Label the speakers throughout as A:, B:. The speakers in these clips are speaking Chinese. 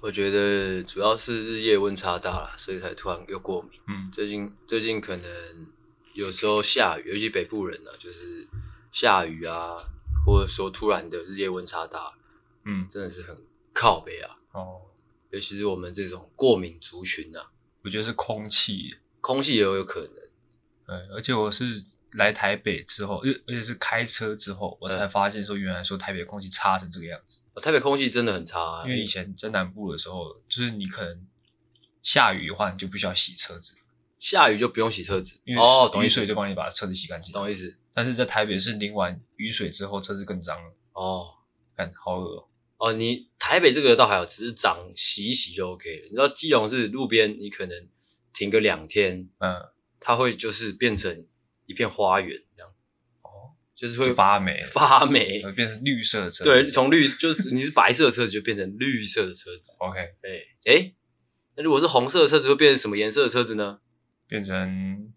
A: 我觉得主要是日夜温差大了，所以才突然又过敏。
B: 嗯
A: 最近最近可能有时候下雨，尤其北部人呢、啊就是下雨啊，或者说突然的日夜温差大，
B: 嗯，
A: 真的是很靠北啊。
B: 哦，
A: 尤其是我们这种过敏族群啊，
B: 我觉得是空气，
A: 空气也有可能。
B: 对，而且我是来台北之后，而而且是开车之后，我才发现说原来说台北空气差成这个样
A: 哦
B: 子。
A: 台北空气真的很差、啊，
B: 因为以前在南部的时候，就是你可能下雨的话，你就不需要洗车子，
A: 下雨就不用洗车子，
B: 因为
A: 哦，懂
B: 雨
A: 意思
B: 水，就帮你把车子洗干净。
A: 懂意思，
B: 但是在台北是淋完雨水之后，车子更脏了，
A: 哦
B: 感好恶、哦。
A: 哦，你台北这个倒还好，只是长洗一洗就 OK 了。你知道基隆是路边，你可能停个两天，
B: 嗯，
A: 它会就是变成一片花园这样，
B: 哦，
A: 就是会
B: 会发嗯霉了，
A: 发霉。
B: 会变成绿色的车子。
A: 对，从绿就是你是白色的车子就变成绿色的车子，
B: ，OK，
A: 对，诶，那如果是红色的车子会变成什么颜色的车子呢？
B: 变成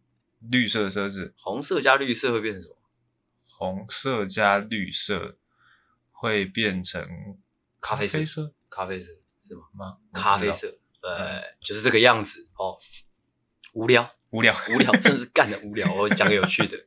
B: 绿色的车子，
A: 红色加绿色会变成什么？
B: 红色加绿色会变成
A: 咖啡色
B: 啡色
A: 咖啡色是吗？
B: 吗？
A: 咖啡
B: 我不知道
A: 色，对，
B: 嗯
A: 就是这个样子哦。无聊，
B: 无聊
A: 无聊，真的是干的无聊。我讲个有趣的，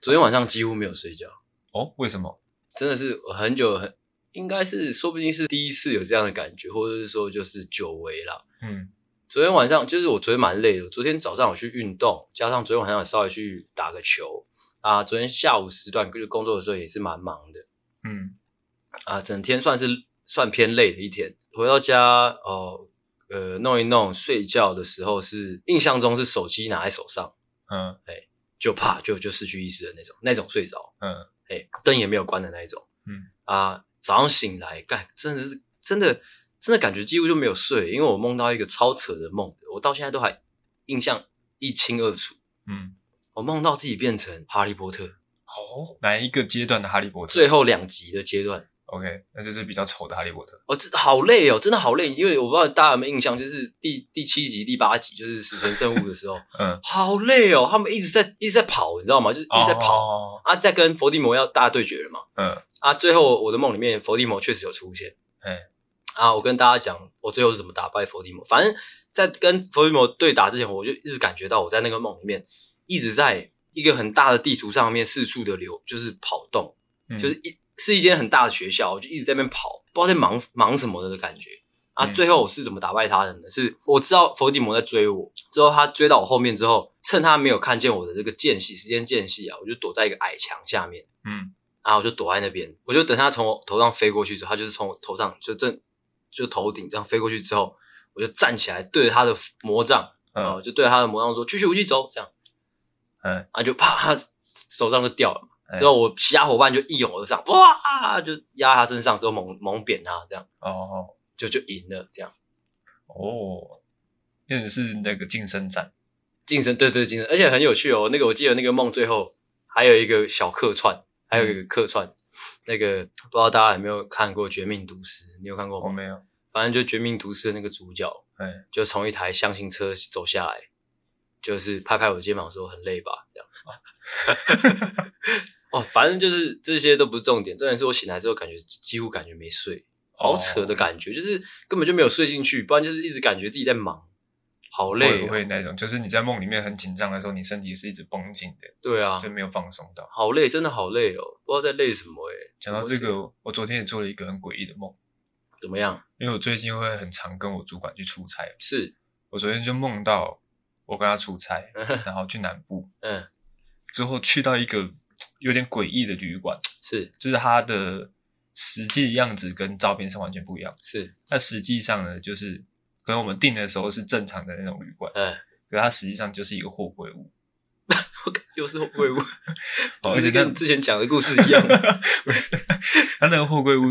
A: 昨天晚上几乎没有睡觉，
B: 哦？为什么？
A: 真的是我很久很，应该是说不定是第一次有这样的感觉，或者是说就是久违啦。
B: 嗯
A: 昨天晚上就是我昨天蛮累的，我昨天早上我去运动，加上昨天晚上我稍微去打个球啊，昨天下午时段就是工作的时候也是蛮忙的
B: 嗯
A: 啊，整天算是算偏累的一天。回到家哦，呃，弄一弄，睡觉的时候是印象中是手机拿在手上，
B: 嗯
A: 就啪就就失去意识的那种，那种睡着，
B: 嗯，
A: 哎，灯也没有关的那一种，
B: 嗯
A: 啊，早上醒来，干，真的是真的真的感觉几乎就没有睡，因为我梦到一个超扯的梦，我到现在都还印象一清二楚。
B: 嗯，
A: 我梦到自己变成哈利波特
B: 哦，哪一个阶段的哈利波特？
A: 最后两集的阶段，
B: OK，那就是比较丑的哈利波特。
A: 哦，这好累哦，真的好累，因为我不知道大家有没有印象，就是第第七集、第八集，就是死神圣物的时候，
B: 嗯，
A: 好累哦，他们一直在一直在跑，你知道吗？就是一直在跑、
B: 哦、
A: 啊，在跟伏地魔要大对决了嘛。
B: 嗯
A: 啊，最后我的梦里面伏地魔确实有出现。
B: 哎
A: 啊，我跟大家讲，我最后是怎么打败伏地魔。反正，在跟伏地魔对打之前，我就一直感觉到我在那个梦里面一直在一个很大的地图上面四处的流，就是跑动，
B: 嗯，
A: 就是一是一间很大的学校，我就一直在那边跑，不知道在忙忙什么的感觉。啊，
B: 嗯
A: 最后我是怎么打败他的呢？是我知道伏地魔在追我，之后他追到我后面之后，趁他没有看见我的这个间隙，时间间隙啊，我就躲在一个矮墙下面。
B: 嗯
A: 然啊后我就躲在那边，我就等他从我头上飞过去之后，他就是从我头上就正就头顶这样飞过去之后，我就站起来对着他的魔杖，
B: 嗯
A: 啊，就对着他的魔杖说：“去去武器走。”这样，
B: 嗯，
A: 啊，就啪，他手上就掉了嘛。
B: 哎
A: 之后我其他伙伴就一拥而上，哇，就压他身上之后猛猛扁他，这样
B: 哦
A: 就就赢了。这样
B: 哦，那是那个晋升战。
A: 晋升，对对晋升，而且很有趣哦。那个我记得那个梦最后还有一个小客串，还有一个
B: 嗯
A: 客串，那个不知道大家有没有看过《绝命毒师》？你有看过吗？
B: 我、没有，
A: 反正就《绝命毒师》的那个主角，
B: 哎，
A: 就从一台箱型车走下来，就是拍拍我肩膀说很累吧，这样。哦，反正就是这些都不是重点，重点是我醒来之后感觉几乎感觉没睡，好扯
B: 哦
A: 的感觉，就是根本就没有睡进去，不然就是一直感觉自己在忙，好
B: 哦
A: 累、
B: 会
A: 哦。
B: 会那种，就是你在梦里面很紧张的时候，你身体是一直绷紧的，
A: 对啊
B: 就，没有放松到。
A: 好累，真的好累哦，不知道在累什么诶、欸
B: 讲到这个，我昨天也做了一个很诡异的梦，
A: 怎么样？
B: 因为我最近会很常跟我主管去出差，
A: 是，
B: 我昨天就梦到我跟他出差，然后去南部，
A: 嗯，
B: 之后去到一个有点诡异的旅馆，
A: 是
B: 就是它的实际样子跟照片上完全不一样。
A: 是，
B: 那实际上呢，就是可能我们订的时候是正常的那种旅馆，
A: 嗯，
B: 可它实际上就是一个货柜屋，
A: 我感觉是会 不
B: 哦
A: 而
B: 而
A: 且
B: 且那
A: 跟你之前讲的故事一样
B: 不是它那个货柜屋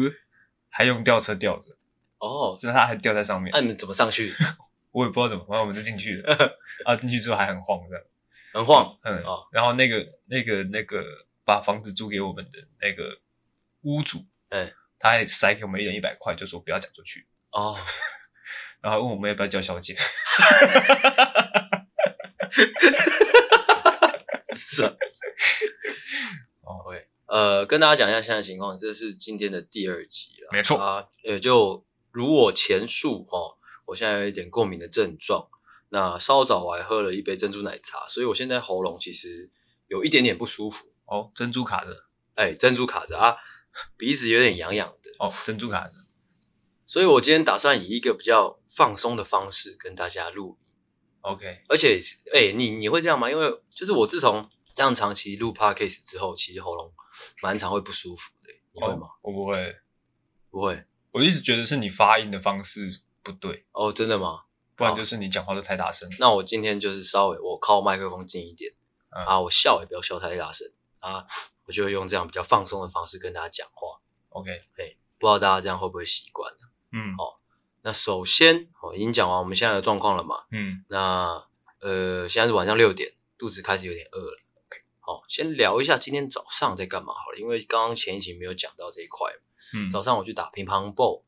B: 还用吊车吊着，
A: 哦。
B: 所以它还吊在上面
A: 那、。你们怎么上去？
B: 我也不知道怎么，反正我们就进去了， 啊，进去之后还很晃这样，
A: 很晃
B: 嗯，
A: 哦，
B: 然后那个那个那个把房子租给我们的那个屋主，
A: 哎，
B: 他还塞给我们一人一百块，就说不要讲出去。
A: 哦，
B: 然后问我们要不要叫小姐，
A: 是啊。
B: 哦哦
A: OK，呃，跟大家讲一下现在情况，这是今天的第二集了。
B: 没错
A: 啊，呃，就如我前述哦，我现在有一点过敏的症状。那稍早我还喝了一杯珍珠奶茶，所以我现在喉咙其实有一点点不舒服。
B: 哦，珍珠卡的
A: 哎，珍珠卡着啊，鼻子有点痒痒的。
B: 哦，珍珠卡的，
A: 所以我今天打算以一个比较放松的方式跟大家录。
B: OK，
A: 而且，哎、你你会这样吗？因为就是我自从这样长期录 podcast 之后，其实喉咙蛮常会不舒服的、你会吗？
B: 哦？我不会，
A: 不会
B: 我一直觉得是你发音的方式不对，
A: 哦，真的吗？
B: 不然就是你讲话都太大声。
A: 那我今天就是稍微我靠麦克风近一点、
B: 嗯
A: 啊，我笑也不要笑太大声啊，我就会用这样比较放松的方式跟大家讲话。
B: OK，
A: 不知道大家这样会不会习惯？
B: 嗯
A: 哦那首先，我、已经讲完我们现在的状况了嘛？
B: 嗯，
A: 那呃，现在是晚上六点，肚子开始有点饿了。好，先聊一下今天早上在干嘛好了，因为刚刚前一集没有讲到这一块。
B: 嗯
A: 早上我去打乒乓 ball，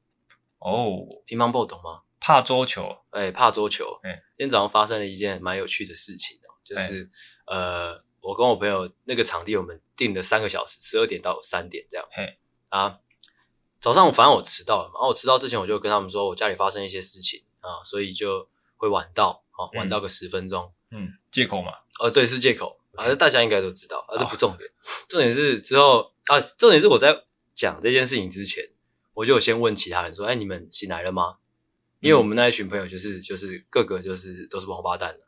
B: 哦，
A: 乒乓 ball 懂吗？
B: 怕桌球，
A: 哎、怕桌球。
B: 哎
A: 今天早上发生了一件蛮有趣的事情哦，就是、呃，我跟我朋友那个场地我们定了三个小时，十二点到三点这样。
B: 嘿，
A: 啊，早上我反正我迟到了嘛，然后我迟到之前我就跟他们说我家里发生一些事情啊，所以就会晚到，啊，晚到个十分钟。
B: 嗯，借口嘛，
A: 呃，对，是借口，反正大家应该都知道，啊，这
B: 哦
A: 不重点，重点是之后啊，重点是我在讲这件事情之前，我就有先问其他人说，哎，你们醒来了吗？因为
B: 嗯
A: 我们那一群朋友就是就是各个就是都是王八蛋的，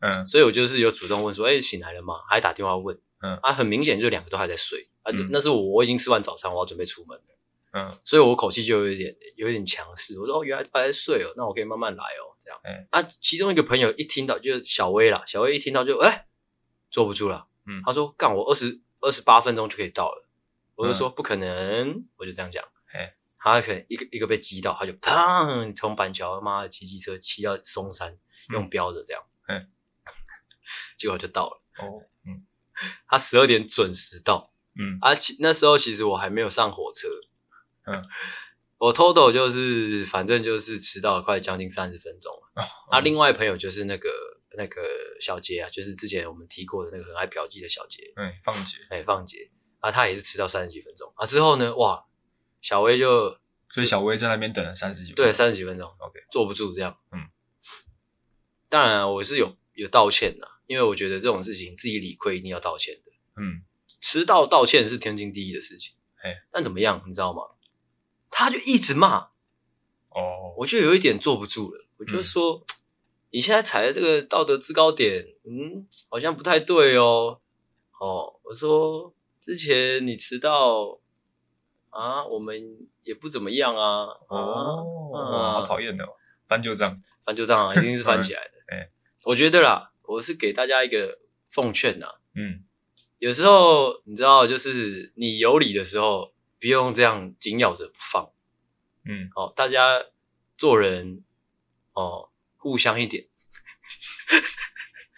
B: 嗯
A: 所以我就是有主动问说，哎，醒来了吗？还打电话问，
B: 嗯
A: 啊，很明显就两个都还在睡，啊，
B: 嗯
A: 那是我我已经吃完早餐，我要准备出门了，
B: 嗯
A: 所以我口气就有一点有一点强势，我说哦，原来还在睡哦，那我可以慢慢来哦，这样，
B: 哎
A: 啊，其中一个朋友一听到就是小薇啦，小薇一听到就哎、坐不住了。
B: 嗯，
A: 他说：“干，我二十二十八分钟就可以到了。”我就说：“不可能。”我就这样讲
B: 嗯嘿。
A: 他可能一个一个被击到，他就砰从板桥妈的骑机车骑到松山，
B: 嗯
A: 用飙的这样。
B: 嘿，
A: 结果就到了。
B: 哦，嗯
A: 他十二点准时到，
B: 嗯
A: 而、且那时候啊其实我还没有上火车。
B: 嗯，
A: 我 total 就是反正就是迟到了快将近三十分钟了。 啊，另外朋友就是那个那个小杰啊，就是之前我们提过的那个很爱嫖妓的小杰。
B: 嗯，放姐，
A: 哎、放姐啊，她也是迟到三十几分钟啊。之后呢，哇，小薇就
B: 所以小薇在那边等了三十几分
A: 对
B: 钟，
A: 三十几分钟
B: OK
A: 坐不住这样。
B: 嗯，
A: 当然啊我是有有道歉的，因为我觉得这种事情自己理亏一定要道歉的，
B: 嗯，
A: 迟到道歉是天经地义的事情。
B: 嘿
A: 但怎么样，你知道吗？他就一直骂，
B: 哦，
A: 我就有一点坐不住了，我
B: 嗯
A: 就说、你现在踩的这个道德制高点，嗯，好像不太对哦。哦，我说之前你迟到啊，我们也不怎么样啊，啊，
B: 哦，
A: 啊
B: 好讨厌哦的，翻旧账，
A: 翻旧账啊，一定是翻 起来的。
B: 哎
A: 我觉得啦，我是给大家一个奉劝呐、
B: 嗯
A: 有时候你知道，就是你有理的时候，不用这样紧咬着不放。
B: 嗯，
A: 哦，大家做人哦，互相一点。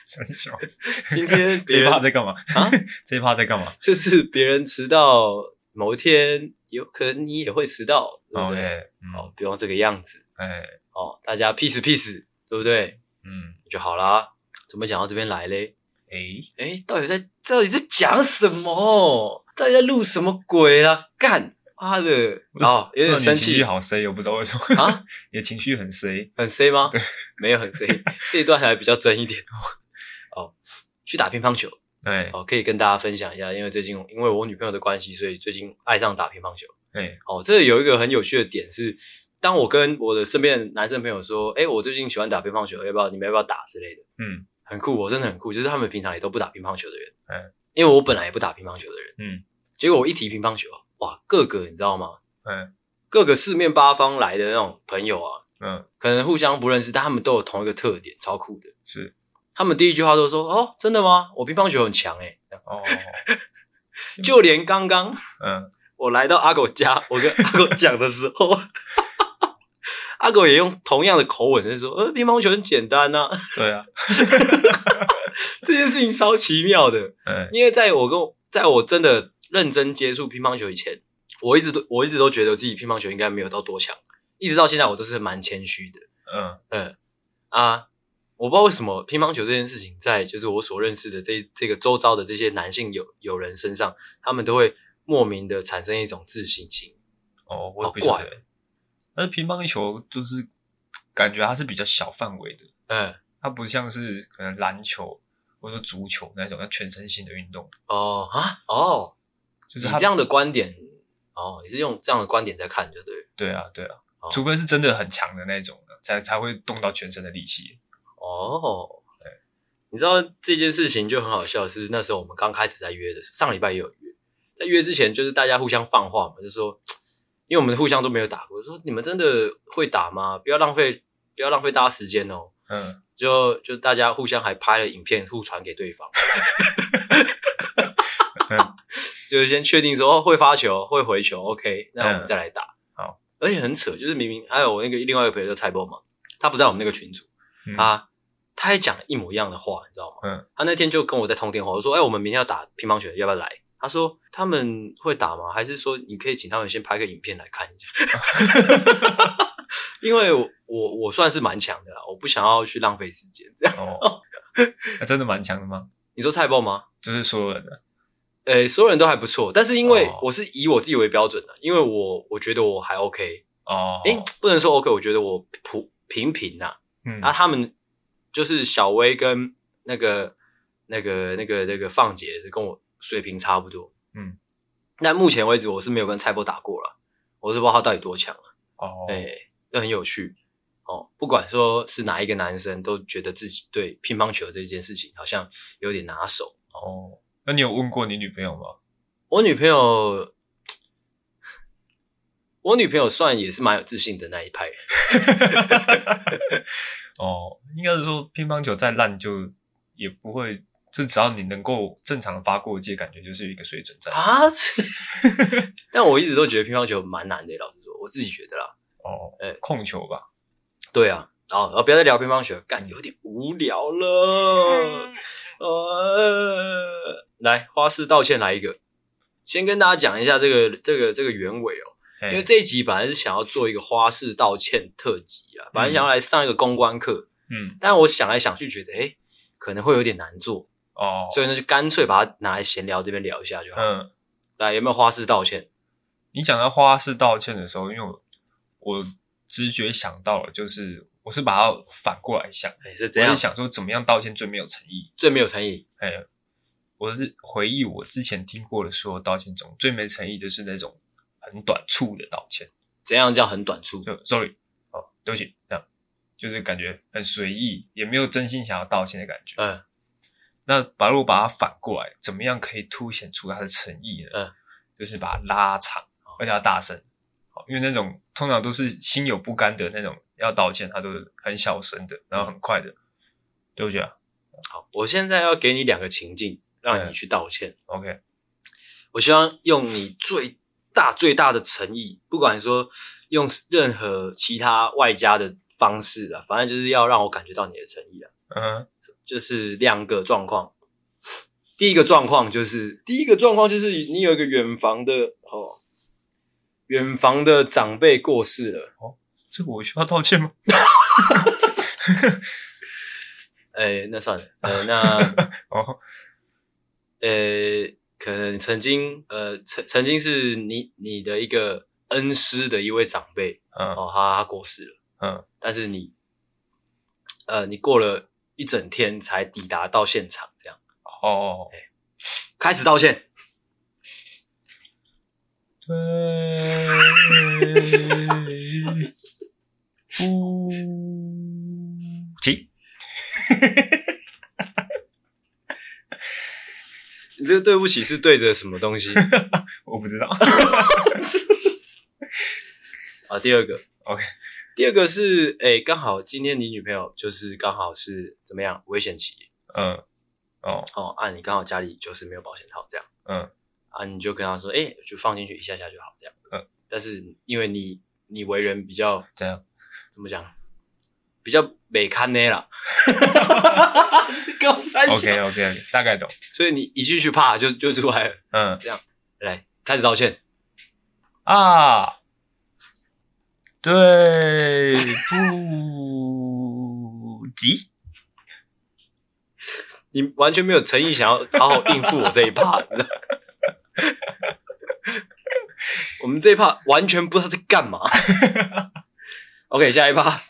B: 三小，
A: 今 天别
B: 这一
A: 人
B: 趴在干嘛？
A: 啊，
B: 这一趴在干嘛
A: 就是别人迟到某一天，有可能你也会迟到，对不对？
B: ？OK，嗯，
A: 哦，不用这个样子
B: 哎，
A: 哦，大家 peace peace，对不对？
B: 嗯，
A: 就好啦。怎么讲到这边来嘞？
B: 哎，
A: 哎，到底在到底在讲什么？到底在录什么鬼啦？干妈 的！哦，有点
B: 不知
A: 生
B: 道你情
A: 气
B: 绪好 C，我不知道为什么
A: 啊，
B: 你的情绪很 C，
A: 很 C 吗？对，没有很 C，这一段还比较真一点。哦，去打乒乓球
B: 对，
A: 哦，可以跟大家分享一下，因为最近因为我女朋友的关系，所以最近爱上打乒乓球。
B: 哎，
A: 哦，这有一个很有趣的点是，当我跟我的身边的男生朋友说，哎、我最近喜欢打乒乓球，要不要你们要不要打之类的，
B: 嗯
A: 很酷，我真的很酷，就是他们平常也都不打乒乓球的人，
B: 嗯，
A: 因为我本来也不打乒乓球的人，
B: 嗯，
A: 结果我一提乒乓球啊，哇，各个你知道吗？
B: 嗯
A: 各个四面八方来的那种朋友啊，
B: 嗯，
A: 可能互相不认识，但他们都有同一个特点，超酷的。
B: 是，
A: 他们第一句话都说：“哦，真的吗？我乒乓球很强诶、这样
B: 哦，
A: 就连刚刚
B: 嗯，
A: 我来到阿狗家，我跟阿狗讲的时候，阿狗也用同样的口吻在说：“呃，乒乓球很简单呐、啊。
B: 对啊，”
A: 这件事情超奇妙的，
B: 哎，
A: 因为在我跟我在我真的认真接触乒乓球以前，我一直都我一直都觉得自己乒乓球应该没有到多强，一直到现在我都是蛮谦虚的。
B: 嗯
A: 嗯啊，我不知道为什么乒乓球这件事情，在就是我所认识的这这个周遭的这些男性友友人身上，他们都会莫名的产生一种自信心。
B: 哦，我也不
A: 好怪
B: 晓得，但是乒乓球就是感觉它是比较小范围的，
A: 嗯，
B: 它不像是可能篮球或者说足球那种要全身性的运动，
A: 哦啊，哦，
B: 就是
A: 你
B: 它
A: 这样的观点，哦，你是用这样的观点在看，就对了。
B: 对啊对啊
A: 哦，
B: 除非是真的很强的那种的，才才会动到全身的力气。
A: 哦，
B: 对，
A: 你知道这件事情就很好笑，是那时候我们刚开始在约的时候，上礼拜也有约，在约之前就是大家互相放话嘛，就说，因为我们互相都没有打过，就说你们真的会打吗？不要浪费，不要浪费大家时间哦。
B: 嗯，
A: 就就大家互相还拍了影片互传给对 方，就是先确定说哦会发球会回球，OK，那我们再来打。
B: 嗯好，
A: 而且很扯，就是明明还有我那个另外一个朋友叫蔡波嘛，他不在我们那个群组
B: 嗯
A: 啊，他还讲一模一样的话，你知道吗？
B: 嗯，
A: 他那天就跟我在通电话，我说哎、我们明天要打乒乓球，要不要来？他说他们会打吗？还是说你可以请他们先拍个影片来看一下？ 因为我我我算是蛮强的啦，我不想要去浪费时间。这样
B: 哦， 那真的蛮强的吗？
A: 你说菜包吗？
B: 就是所有人的，
A: 呃、所有人都还不错，但是因为
B: 哦
A: 我是以我自己为标准的，因为我我觉得我还 OK，
B: 哦，
A: 诶、不能说 OK，我觉得我普平平呐、
B: 嗯
A: 然后、他们就是小薇跟那个那个那个那个放姐跟我水平差不多，
B: 嗯，
A: 但目前为止我是没有跟蔡波打过了，我是不知道他到底多强。
B: 哦，
A: 哎、这很有趣哦。不管说是哪一个男生，都觉得自己对乒乓球这件事情好像有点拿手。
B: 哦，那你有问过你女朋友吗？
A: 我女朋友，我女朋友算也是蛮有自信的那一派人，
B: 哦，应该是说乒乓球再烂就也不会，就只要你能够正常发过界，感觉就是有一个水准在。
A: 啊。 但我一直都觉得乒乓球蛮难的，老实说，我自己觉得啦。
B: 哦，
A: 哎
B: 控球吧，
A: 对啊，然后然后不要再聊乒乓球，干有点无聊了。呃，来花式道歉来一个，先跟大家讲一下这个这个这个原委哦。
B: 哎
A: 因为这一集本来是想要做一个花式道歉特辑啊，本来想要来上一个公关课，
B: 嗯，
A: 但我想来想去，觉得诶、可能会有点难做，
B: 哦，
A: 所以呢就干脆把它拿来闲聊这边聊一下就好。
B: 嗯，
A: 来，有没有花式道歉？
B: 你讲到花式道歉的时候，因为我我直觉想到了，就是我是把它反过来想，
A: 诶哎是
B: 我
A: 怎样
B: 是？想说怎么样道歉最没有诚意。
A: 最没有诚意
B: 哎，我是回忆我之前听过的所有道歉中，最没诚意的是那种很短促的道歉。
A: 怎样叫很短促？
B: 就 sorry 哦，对不起，这样就是感觉很随意，也没有真心想要道歉的感觉。
A: 嗯，
B: 那把如果把它反过来，怎么样可以凸显出他的诚意呢？
A: 嗯，
B: 就是把它拉长，而且要大声，哦因为那种通常都是心有不甘的那种要道歉，他都是很小声的，然后很快的，
A: 嗯
B: 对不起啊
A: 好，我现在要给你两个情境，让你
B: 嗯
A: 去道歉。
B: ，OK，
A: 我希望用你最大最大的诚意，不管说用任何其他外加的方式啊，反正就是要让我感觉到你的诚意啊。
B: 嗯
A: 就是两个状况。第一个状况就是，第一个状况就是你有一个远房的哦，远房的长辈过世了，
B: 这个我需要道歉吗？
A: 哎、那算了，呃，那
B: 哦，
A: 呃，可能曾经呃曾曾经是你你的一个恩师的一位长辈
B: 嗯
A: 哦，他他过世了，
B: 嗯，
A: 但是你呃你过了一整天才抵达到现场，这样
B: 哦，
A: 开始道歉，
B: 对，不起，
A: 你这个对不起是对着什么 东西
B: 我不知道。
A: 啊？第二个
B: OK
A: 第二个是，哎、刚好今天你女朋友就是刚好是怎么样危险期
B: 嗯，哦，
A: 哦，啊，你刚好家里就是没有保险套这样，
B: 嗯，
A: 啊，你就跟她说，哎、就放进去一下下就好这样，
B: 嗯，
A: 但是因为你你为人比较
B: 这样，
A: 怎么讲，比较美堪呢啦， 高三
B: OK OK OK，大概懂。
A: 所以你一进去啪就就出来了，
B: 嗯
A: 来开始道歉，
B: 啊，对不及，
A: 你完全没有诚意想要好好应付我这一趴， 你知道吗我们这一趴完全不知道在干嘛。 OK，下一趴。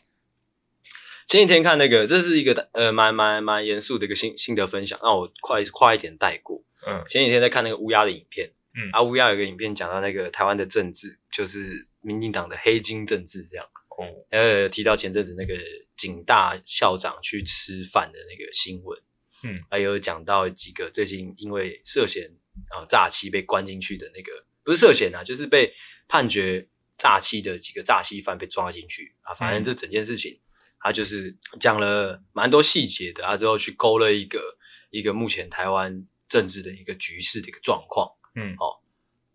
A: 前几天看那个，这是一个呃蛮蛮蛮严肃的一个心心得分享，那我快快一点带过。
B: 嗯
A: 前几天在看那个乌鸦的影片，
B: 嗯
A: 啊，乌鸦有个影片讲到那个台湾的政治，就是民进党的黑金政治这样。
B: 哦，
A: 呃，提到前阵子那个警大校长去吃饭的那个新闻，
B: 嗯，
A: 还有讲到几个最近因为涉嫌啊、诈欺被关进去的那个，不是涉嫌啊，就是被判决诈欺的几个诈欺犯被抓进去啊。反
B: 嗯
A: 正这整件事情，他就是讲了蛮多细节的，啊他之后去勾勒一个一个目前台湾政治的一个局势的一个状况。哦
B: 嗯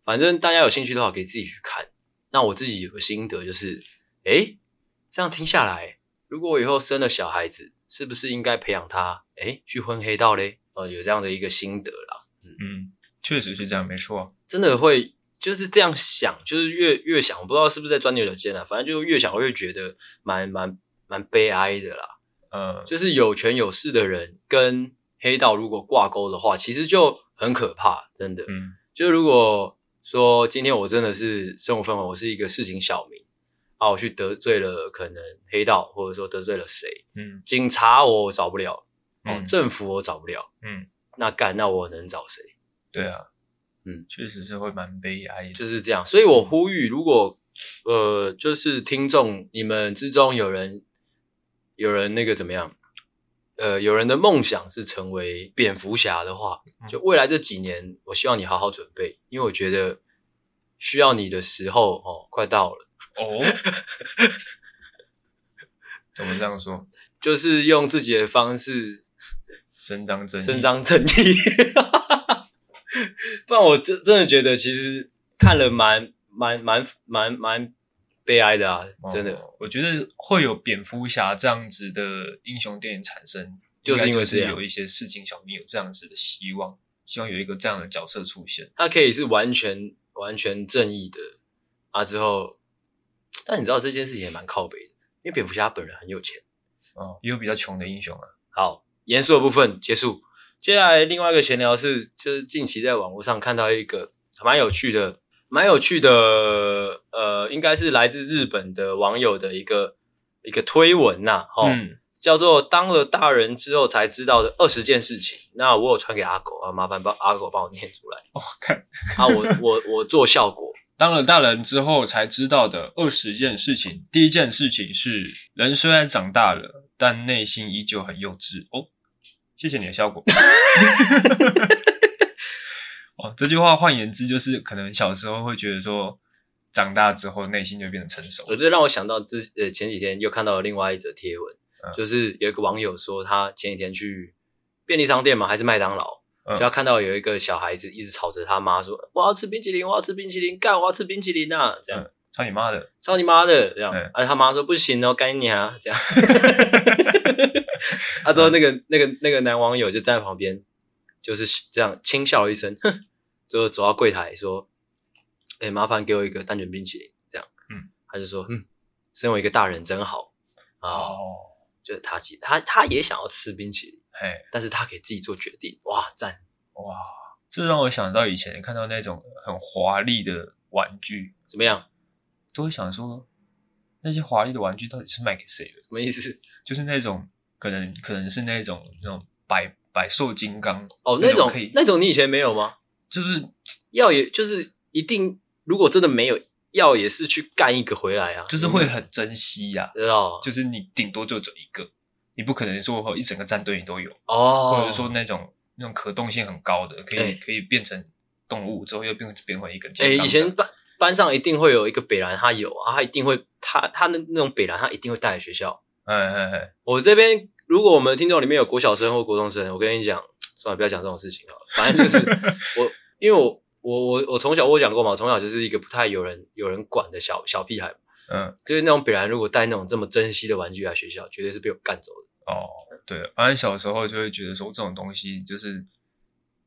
A: 反正大家有兴趣的话，可以自己去看。那我自己有个心得就是，诶，这样听下来，如果我以后生了小孩子，是不是应该培养他，诶，去混黑道嘞？哦、有这样的一个心得啦，
B: 嗯，确实是这样，没错啊、
A: 真的会就是这样想，就是越越想，我不知道是不是在钻牛角尖啊，反正就越想越觉得蛮蛮蛮悲哀的啦。
B: 呃，
A: 就是有权有势的人跟黑道如果挂钩的话，其实就很可怕，真的。
B: 嗯
A: 就如果说今天我真的是身无分文，我是一个市井小民啊，我去得罪了可能黑道，或者说得罪了谁，
B: 嗯
A: 警察我找不了，哦，
B: 嗯
A: 政府我找不了，
B: 嗯，
A: 那干那我能找谁？
B: 对啊，
A: 嗯，
B: 确实是会蛮悲哀的。
A: 就是这样，所以我呼吁，如果呃，就是听众你们之中有人有人那个怎么样，呃，有人的梦想是成为蝙蝠侠的话，
B: 嗯
A: 就未来这几年，我希望你好好准备，因为我觉得需要你的时候哦，快到了。
B: 哦， 怎么这样说？
A: 就是用自己的方式
B: 伸张正义，
A: 伸张正义， 不然我真真的觉得其实看了蛮蛮蛮蛮蛮悲哀的啊，
B: 哦
A: 真的。
B: 我觉得会有蝙蝠侠这样子的英雄电影产生，
A: 就是因为
B: 应该
A: 这
B: 是
A: 样
B: 有一些市井小民有这样子的希望，希望有一个这样的角色出现。
A: 他可以是完全完全正义的啊。之后，但你知道这件事情也蛮靠北的，因为蝙蝠侠本人很有钱。
B: 哦，也有比较穷的英雄啊，
A: 好，严肃的部分结束。接下来另外一个闲聊是，就是近期在网络上看到一个蛮有趣的、蛮有趣的，呃，应该是来自日本的网友的一个一个推文呐、哦，
B: 嗯，
A: 叫做“当了大人之后才知道的二十件事情”。那我有传给阿狗啊，麻烦帮阿狗帮我念出来
B: 哦，看
A: 啊，我我我做效果。
B: 当了大人之后才知道的二十件事情，第一件事情是，人虽然长大了，但内心依旧很幼稚。哦，谢谢你的效果。 哦，这句话换言之就是，可能小时候会觉得说，长大之后内心就变得成熟
A: 我。这让我想到之呃前几天又看到了另外一则贴文，
B: 嗯
A: 就是有一个网友说他前几天去便利商店嘛，还是麦当劳，
B: 嗯
A: 就他看到有一个小孩子一直吵着他妈说我要吃冰淇淋，我要吃冰淇淋，干我要吃冰淇淋啊，这样、
B: 嗯操你妈的！
A: 操你妈的这样，
B: 嗯
A: 而、啊、他妈说不行哦，干你啊 这样。啊之后那个那个那个男网友就站在旁边，就是这样轻笑了一声，哼，就走到柜台说：“哎、麻烦给我一个蛋卷冰淇淋。”这样，
B: 嗯，
A: 他就说：“嗯，身为一个大人真好啊。
B: 哦，
A: 就是他其他他也想要吃冰淇淋，
B: 嘿，
A: 但是他可以自己做决定，哇，赞！
B: 哇，这让我想到以前看到那种很华丽的玩具，
A: 怎么样？
B: 都会想说，那些华丽的玩具到底是卖给谁的？
A: 什么意思？
B: 就是那种可能可能是那种那种百百兽金刚
A: 哦，那种
B: 可以，
A: 那种你以前没有吗？
B: 就是
A: 要也就是一定，如果真的没有，要也是去干一个回来啊，
B: 就是会很珍惜呀、
A: 知道
B: 就是你顶多就只有一个，你不可能说哦一整个战队你都有，
A: 哦，
B: 或者说那种那种可动性很高的，可以、
A: 哎
B: 可以变成动物之后又变变回一个金
A: 哎、
B: 刚的。
A: 以前班班上一定会有一个北兰，他有啊，他一定会，他他那那种北兰，他一定会带来学校。
B: 哎哎哎，
A: 我这边如果我们听众里面有国小生或国中生，我跟你讲，算了，不要讲这种事情了。反 正就是我，因为我我我我从小我有讲过嘛，我从小就是一个不太有人有人管的小小屁孩，
B: 嗯
A: 就是那种北兰如果带那种这么珍惜的玩具来学校，绝对是被我干走的。
B: 哦对，反正小时候就会觉得说这种东西就是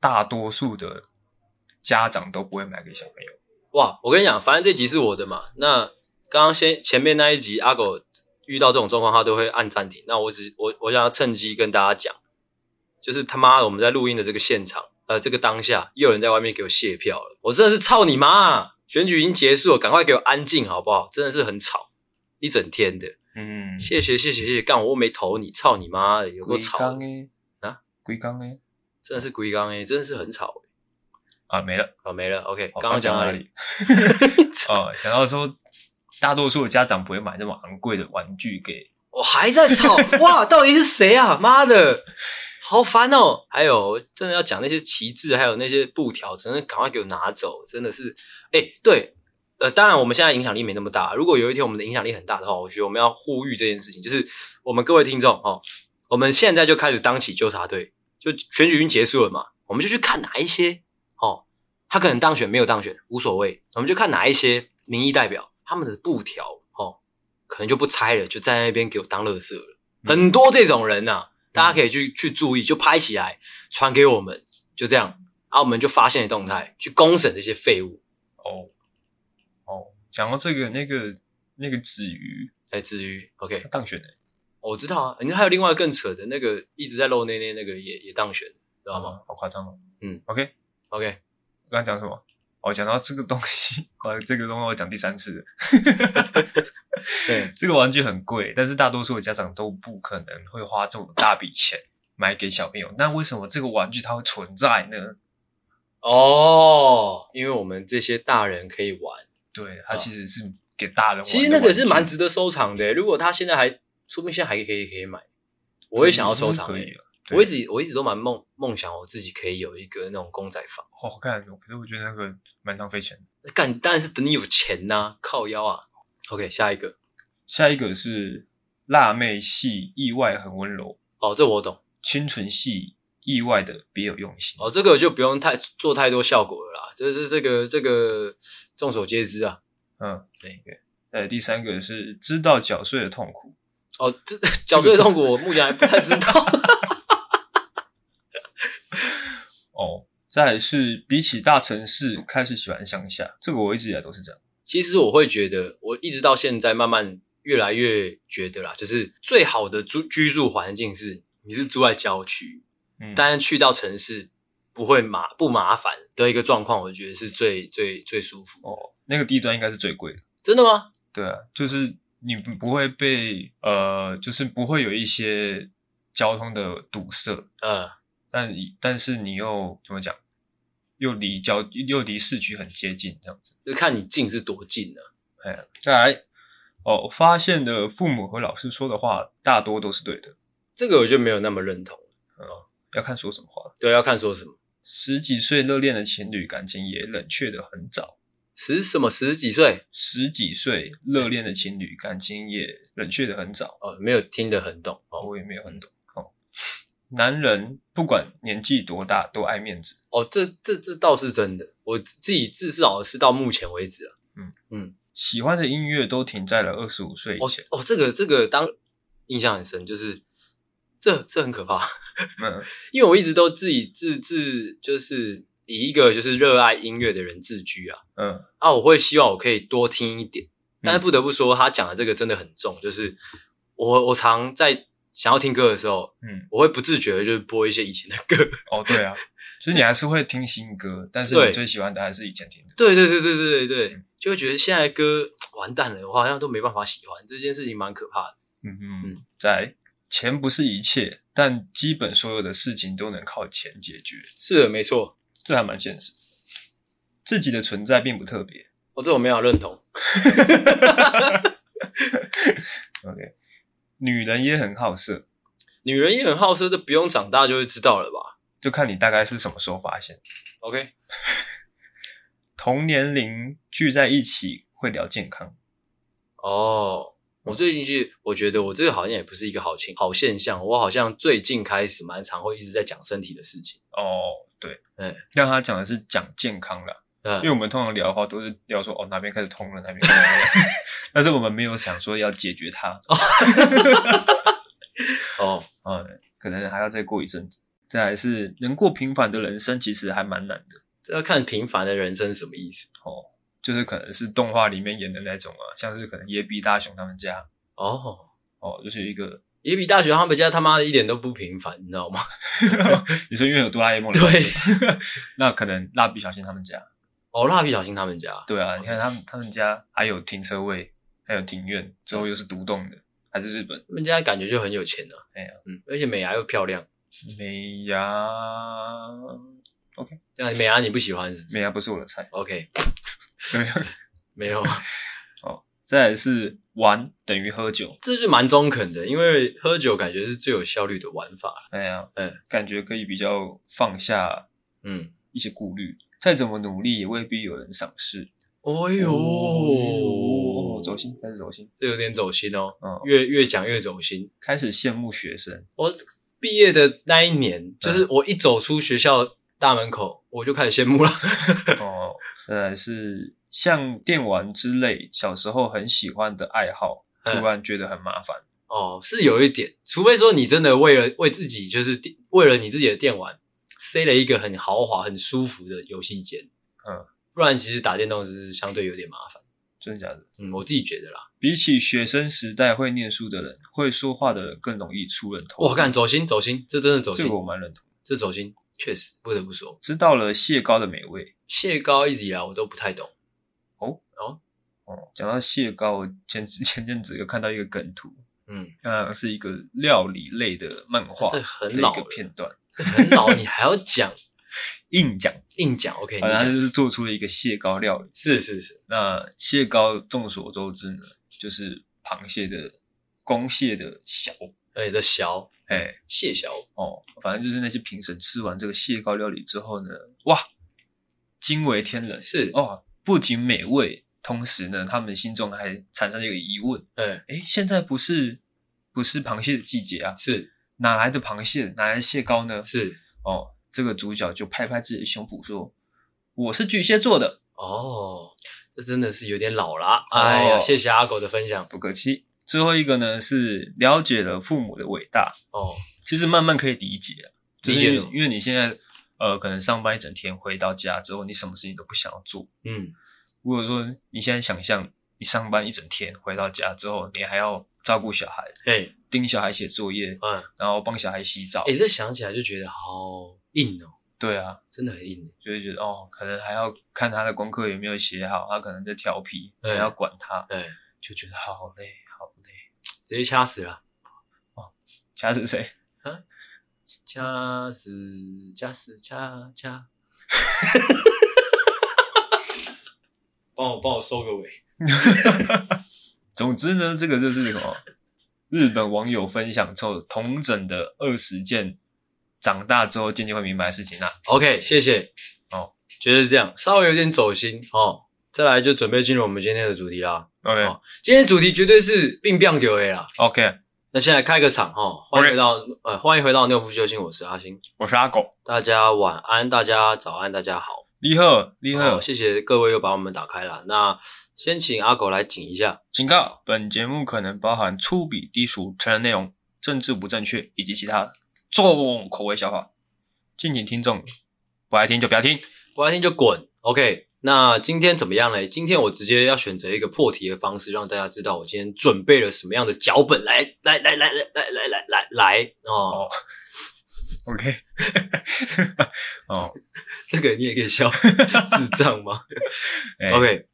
B: 大多数的家长都不会买给小朋友。
A: 嗯哇，我跟你讲，反正这集是我的嘛。那刚刚先前面那一集阿狗遇到这种状况，他都会按暂停。那我只我我想要趁机跟大家讲，就是他妈的我们在录音的这个现场，呃，这个当下又有人在外面给我卸票了，我真的是操你妈啊、选举已经结束了，赶快给我安静好不好？真的是很吵，一整天的，
B: 嗯，
A: 谢谢谢谢谢谢，干我又没投你，操你妈的，有够
B: 龟
A: 吵
B: 缸
A: 的，
B: 诶
A: 啊，
B: 龟缸诶
A: 真的是龟缸哎，真的是很吵欸
B: 啊，没了。哦
A: 好没了，OK，
B: 好
A: 刚刚讲
B: 到
A: 哪
B: 哪
A: 里？？
B: 哦，讲到说，大多数的家长不会买这么昂贵的玩具给
A: 我还在吵，哇，到底是谁啊？妈的，好烦哦！还有，真的要讲那些旗帜，还有那些布条，真的赶快给我拿走，真的是，哎、对，呃，当然我们现在影响力没那么大，如果有一天我们的影响力很大的话，我觉得我们要呼吁这件事情，就是我们各位听众哦，我们现在就开始当起纠察队，就选举已经结束了嘛，我们就去看哪一些哦，他可能当选没有当选无所谓，我们就看哪一些民意代表他们的布条哦，可能就不拆了，就站在那边给我当垃圾了。
B: 嗯
A: 很多这种人呐、大家可以去去注意，就拍起来传给我们，就这样，啊，我们就发现动态去公审这些废物。
B: 哦哦。讲到这个，那个那个子瑜
A: 哎，至于 OK，
B: 他当选了，
A: 我知道啊，你还有另外更扯的那个一直在露内内那个也也当选，知道吗、？
B: 好夸张哦。
A: 嗯
B: ，OK，
A: o k
B: 我刚刚讲什么？哦，讲到这个东西，哇，这个东西我讲第三次了。
A: 对，
B: 这个玩具很贵，但是大多数的家长都不可能会花这么大笔钱买给小朋友。那为什么这个玩具它会存在呢？
A: 哦，因为我们这些大人可以玩，
B: 对，它其实是给大人玩的玩具。
A: 啊其实那个是蛮值得收藏的。欸如果他现在还，说不定现在还可以可以买，我也想要收藏
B: 可
A: 欸。
B: 以了。对
A: 我一直我一直都蛮梦梦想我自己可以有一个那种公仔房。
B: 好看，可是我觉得那个蛮浪费钱的。
A: 干，当然是等你有钱呐、靠腰啊。OK，下一个
B: 下一个是辣妹系意外很温柔，
A: 哦，这我懂
B: 清纯系意外的别有用心。
A: 哦，这个就不用太做太多效果了啦，这是这个这个众所皆知啊。
B: 嗯，
A: 对
B: 对。呃，第三个是知道缴税的痛苦，
A: 哦，这 缴税痛苦我目前还不太知道。
B: 哦，再来是比起大城市开始喜欢乡下，这个我一直以来都是这样。
A: 其实我会觉得，我一直到现在慢慢越来越觉得啦，就是最好的住居住环境是你是住在郊区，
B: 嗯，
A: 但是去到城市不会麻不麻烦的一个状况，我觉得是最最最舒服。
B: 哦，那个地段应该是最贵的。
A: 真的吗？
B: 对啊，就是你不不会被呃，就是不会有一些交通的堵塞，
A: 呃，
B: 但但是你又怎么讲，又离郊又离市区很接近这样子。
A: 就看你近是多近啊了、
B: 哎呀，再来哦，发现的父母和老师说的话大多都是对的，
A: 这个我就没有那么认同。
B: 要看说什么话。
A: 对，要看说什么。
B: 十几岁热恋的情侣感情也冷却的很早。
A: 十什么十几岁
B: 十几岁热恋的情侣，感情也冷却的很早，
A: 哦，没有听得很懂哦
B: 我也没有很懂。哦，男人不管年纪多大，都爱面子。
A: 哦，这这这倒是真的，我自己至少是到目前为止啊。
B: 喜欢的音乐都停在了二十五岁以
A: 哦
B: 前。
A: 哦，这个这个当印象很深，就是这这很可怕，
B: 嗯，
A: 因为我一直都自己自自就是以一个就是热爱音乐的人自居啊
B: 嗯，
A: 啊，我会希望我可以多听一点，但是不得不说他讲的这个真的很重，就是我我常在想要听歌的时候，
B: 嗯，
A: 我会不自觉的就是播一些以前的歌。
B: 哦，对啊，所以你还是会听新歌，但是
A: 对
B: 你最喜欢的还是以前听的。
A: 对对对对对对对
B: 嗯，
A: 就会觉得现在的歌完蛋了，我好像都没办法喜欢这件事情，蛮可怕的。
B: 嗯
A: 嗯
B: 嗯，再来钱不是一切，但基本所有的事情都能靠钱解决，
A: 是的，没错，
B: 这还蛮现实。自己的存在并不特别。
A: 我哦这我没有认同。
B: OK，女人也很好色，
A: 女人也很好色，这不用长大就会知道了吧
B: 就看你大概是什么时候发现。
A: ？OK，
B: 同年龄聚在一起会聊健康，
A: 哦，我最近是我觉得我这个好像也不是一个好情好现象，我好像最近开始蛮常会一直在讲身体的事情。
B: 哦，对，
A: 嗯，
B: 但他讲的是讲健康啦，因为
A: 嗯，
B: 我们通常聊的话都是聊说哦哪边开始痛了，哪边开始痛了， 但是我们没有想说要解决它，
A: 哦，
B: 嗯，可能还要再过一阵子。再来是能过平凡的人生，其实还蛮难的
A: 这要看平凡的人生什么意思。
B: 哦，就是可能是动画里面演的那种啊，像是可能野比大雄他们家
A: 哦，
B: 哦，就是一个
A: 野比大学他们家他妈的一点都不平凡，你知道吗？
B: 你说因为有哆啦 A 梦的关
A: 对
B: 系， 那可能蜡笔小新他们家，
A: 哦，蜡笔小新他们家，
B: 对啊，你看他们他们家还有停车位，还还有庭院，最后又是独栋的，还是日本
A: 他们家感觉就很有钱了。
B: 哎呀
A: 嗯，而且美牙又漂亮，
B: 美牙，
A: 这样美牙你不喜欢是不是
B: 美牙不是我的菜，
A: ？OK，
B: 没有。
A: 没有，
B: 再来是玩等于喝酒，
A: 这就蛮中肯的，因为喝酒感觉是最有效率的玩法。
B: 哎呀，
A: 嗯
B: 感觉可以比较放下
A: 嗯，
B: 一些顾虑，再怎么努力也未必有人赏识。
A: 哎
B: 哎
A: 呦，
B: 哦走心，开始走心，
A: 这有点走心哦，
B: 嗯，
A: 越越讲越走心。
B: 开始羡慕学生，
A: 我毕业的那一年，
B: 嗯
A: 就是我一走出学校大门口，我就开始羡慕了。
B: 哦，再来是像电玩之类，小时候很喜欢的爱好，
A: 嗯
B: 突然觉得很麻烦，
A: 哦，是有一点，除非说你真的为了为自己，就是电为了你自己的电玩，塞了一个很豪华、很舒服的游戏间，
B: 嗯，
A: 不然其实打电动是相对有点麻烦。
B: 真的假的？
A: 嗯，我自己觉得啦。
B: 比起学生时代会念书的人，会说话的人更容易出人头地。
A: 我看走心，走心，这真的走
B: 这
A: 心
B: 个，我蛮认同。
A: 这走心确实不得不说，
B: 知道了蟹膏的美味，
A: 蟹膏一直以来我都不太懂。
B: 哦，讲到蟹膏，我前前阵子有看到一个梗图，
A: 嗯，
B: 呃，是一个料理类的漫画
A: 这
B: 的
A: 很
B: 一
A: 老
B: 个
A: 了，
B: 片段，
A: 这很老，你还要讲
B: 硬讲，
A: 硬讲？OK，你
B: 反正它
A: 讲
B: 就是做出了一个蟹膏料理。
A: 是是是，
B: 那蟹膏众所周知呢，就是螃蟹的公蟹的小，
A: 而且这小
B: 哎
A: 蟹小
B: 哦，反正就是那些评审吃完这个蟹膏料理之后呢，哇，惊为天人
A: 是，
B: 哦，不仅美味，同时呢，他们心中还产生了一个疑问：
A: 哎
B: 诶，现在不是不是螃蟹的季节啊，
A: 是
B: 哪来的螃蟹，哪来的蟹膏呢？
A: 是
B: 哦，这个主角就拍拍自己的胸脯说：“我是巨蟹座的，
A: 哦，这真的是有点老啦。哎呀，
B: 哦
A: 谢谢阿狗的分享
B: 不可惜。”最后一个呢是了解了父母的伟大，
A: 哦。
B: 其实慢慢可以理解啊，就是
A: 理解
B: 因
A: 什
B: 为
A: 么
B: 因为你现在呃可能上班一整天，回到家之后你什么事情都不想要做。
A: 嗯，
B: 如果说你现在想象你上班一整天，回到家之后你还要照顾小孩，
A: 哎，
B: 盯小孩写作业，
A: 嗯，
B: 然后帮小孩洗澡，
A: 哎，这想起来就觉得好硬哦，
B: 对啊，
A: 真的很硬。
B: 就会觉得哦，可能还要看他的功课有没有写好，他可能在调皮，
A: 对
B: 还要管他，
A: 哎，
B: 就觉得好累好累。
A: 直接掐死了，
B: 掐死谁？
A: 掐死，掐死，掐 掐。帮我帮我收个尾。
B: 总之呢，这个就是什么？日本网友分享之后同整的二十件长大之后渐渐会明白的事情啦、
A: OK，谢谢。
B: 哦，
A: 就是这样，稍微有点走心哦。再来就准备进入我们今天的主题啦。
B: OK、
A: 哦今天主题绝对是病病给 A 啦。
B: OK，
A: 那现在开个场哈，欢迎回到呃，欢迎回到六夫救星，我是阿星。
B: 我是阿狗，
A: 大家晚安，大家早安，大家好。
B: 李贺李贺
A: 好，，谢谢各位又把我们打开了。那先请阿狗来请一下。
B: 警告：本节目可能包含粗鄙、低俗、成人内容、政治不正确以及其他重口味笑话，敬请听众不爱听就不要听。
A: 不爱听就滚。OK，那今天怎么样嘞？今天我直接要选择一个破题的方式，让大家知道我今天准备了什么样的脚本来来来来来来来来来来哦
B: 哦。OK，哦，
A: 这个你也可以 笑，智障吗
B: 哎
A: ？OK，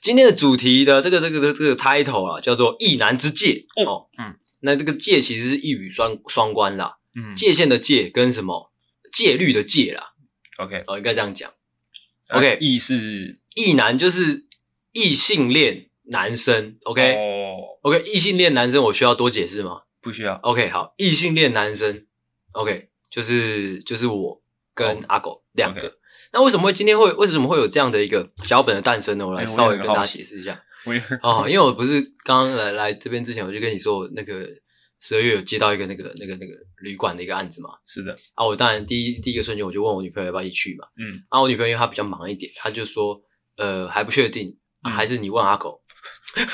A: 今天的主题的这个这个这个这个 title 啊，叫做“一男之界”哦。
B: 嗯，
A: 那这个“界”其实是一语双双关啦，
B: 嗯
A: 界限的“界”跟什么戒律的“戒”啦，
B: ，OK
A: 哦，应该这样讲。OK
B: 啊意是
A: 异男就是异性恋男生，OK、
B: 哦，
A: OK，异性恋男生我需要多解释吗
B: 不需要，
A: ？OK，好，异性恋男生，OK，就是就是我跟
B: 哦
A: 阿狗两个。
B: OK
A: 那为什么会今天会为什么会有这样的一个脚本的诞生呢？我来
B: 哎我也
A: 稍微
B: 很
A: 跟
B: 好
A: 大家
B: 奇
A: 解释一下
B: 我也
A: 哦，因为我不是刚刚来来这边之前，我就跟你说我那个十二月有接到一个那个那个那个旅馆的一个案子嘛，
B: 是的，
A: 啊，我当然第一第一个瞬间我就问我女朋友要不要一起去嘛。
B: 嗯，
A: 啊，我女朋友因为她比较忙一点，她就说呃还不确定、啊
B: 嗯
A: 还是你问阿狗。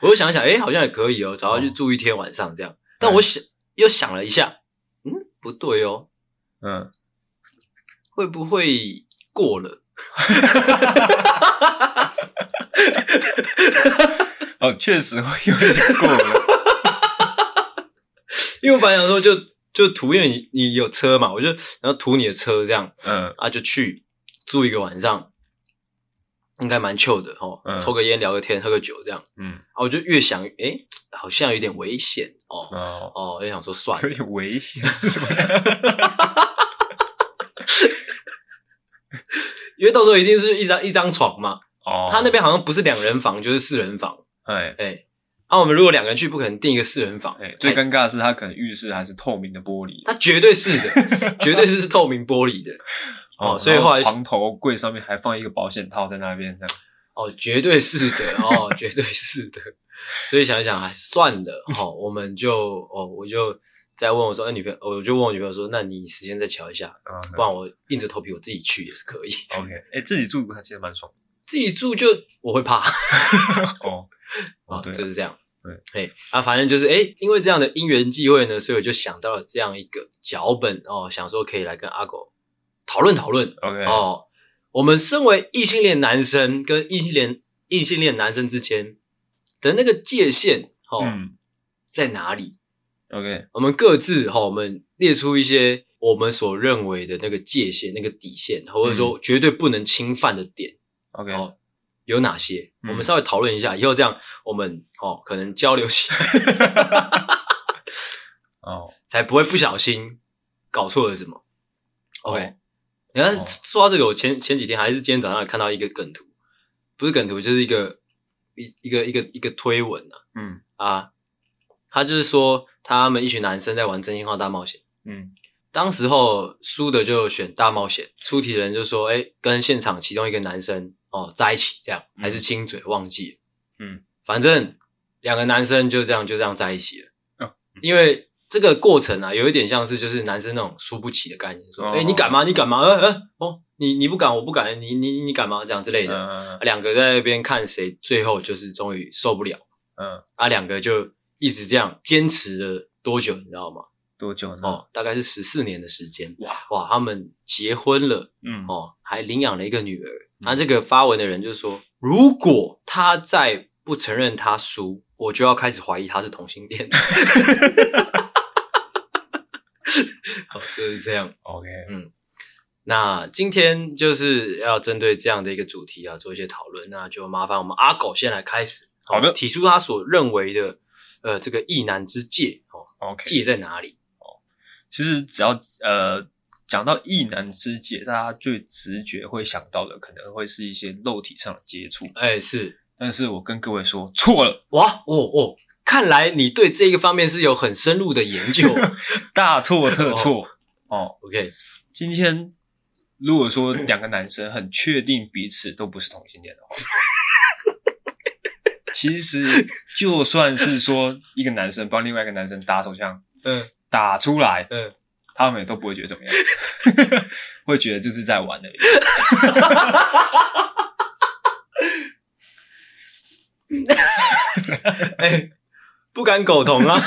A: 我就想一想，诶，好像也可以哦，找他去住一天晚上这样。但
B: 哎
A: 我想又想了一下，嗯，不对哦，
B: 嗯，
A: 会不会过了？
B: 哦，确实会有点过了，
A: 因为我本来想说就就图，因为你你有车嘛，我就然后图你的车这样
B: 嗯
A: 啊，就去住一个晚上。应该蛮 chill 的哦，
B: 嗯
A: 抽个烟聊个天，喝个酒这样。
B: 嗯，
A: 啊，我就越想，诶、好像有点危险哦。
B: 哦，
A: 哦，就想说算
B: 有
A: 了，
B: 点危险是什么？
A: 因为到时候一定是一张一张床嘛。
B: 哦，
A: 他那边好像不是两人房就是四人房，
B: 哎
A: 哎、啊，我们如果两个人去，不可能订一个四人房，
B: 哎，最尴尬的是他可能浴室还是透明的玻璃啊
A: 他绝对是的，绝对是透明玻璃的，哦所以
B: 然后
A: 后来
B: 床头柜上面还放一个保险套在那边，这样
A: 哦，绝对是的，哦，绝对是的。所以想一想，哎，算了，哦，我们就，哦，我就再问我说，哎、女朋友，我就问我女朋友说，那你时间再瞧一下，
B: 啊
A: 不然我硬着头皮我自己去也是可以。
B: ，OK，哎，自己住还其实蛮爽
A: 自己住就我会怕，
B: 的哦，哦
A: 啊，
B: 对
A: 就，是这样。
B: 对，
A: 哎，啊，反正就是哎、因为这样的因缘际会呢，所以我就想到了这样一个脚本哦，想说可以来跟阿狗讨论讨论
B: OK，
A: 哦。我们身为异性恋男生跟异性恋异性恋男生之间的那个界限哦、
B: 嗯
A: 在哪里？
B: ，OK，
A: 我们各自哈、哦，我们列出一些我们所认为的那个界限、那个底线，哦或者
B: 嗯
A: 说绝对不能侵犯的点。
B: OK，
A: 哦，有哪些？
B: 嗯
A: 我们稍微讨论一下，以后这样我们哦，可能交流起来
B: 哦，
A: 才不会不小心搞错了什么。OK，
B: 哦
A: 你看、
B: 哦
A: 说到这个，我前前几天还是今天早上看到一个梗图，不是梗图，就是一个一一个一个一个推文
B: 嗯
A: 啊啊，他就是说他们一群男生在玩真心话大冒险。
B: 嗯
A: 当时候输的就选大冒险，出题的人就说：“哎、跟现场其中一个男生哦在一起，这样
B: 嗯
A: 还是亲嘴，忘记了。”
B: 嗯，
A: 反正两个男生就这样就这样在一起了。
B: 哦
A: 因为这个过程啊，有一点像是就是男生那种输不起的概念，说：“哎、
B: 哦
A: 你敢吗？你敢吗？呃呃，哦，你你不敢，我不敢，你你你敢吗？”这样之类
B: 嗯
A: 的。
B: 嗯
A: 两个在那边看谁最后就是终于受不了，
B: 嗯，
A: 啊，两个就一直这样坚持了多久，你知道吗？
B: 多久呢？
A: 哦，大概是十四年的时间。
B: 哇，
A: 哇，他们结婚了
B: 嗯，
A: 哦，还领养了一个女儿。那、这个发文的人就说，如果他再不承认他输，我就要开始怀疑他是同性恋。 哦，就是这样。
B: ，OK，
A: 那今天就是要针对这样的一个主题啊，做一些讨论。那就麻烦我们阿狗先来开始，哦
B: 好的
A: 提出他所认为的呃这个意难之戒哦，
B: OK，
A: 戒在哪里？
B: 其实只要呃讲到异男之界，大家最直觉会想到的可能会是一些肉体上的接触，
A: 哎、是
B: 但是我跟各位说错了，
A: 哇哦哦，看来你对这个方面是有很深入的研究。
B: 大错特错哦。
A: OK，
B: 今天如果说两个男生很确定彼此都不是同性恋的话，其实就算是说一个男生帮另外一个男生打手枪
A: 嗯
B: 打出来，
A: 嗯，
B: 他们也都不会觉得怎么样， 会觉得就是在玩而已。
A: 哎、不敢苟同啊。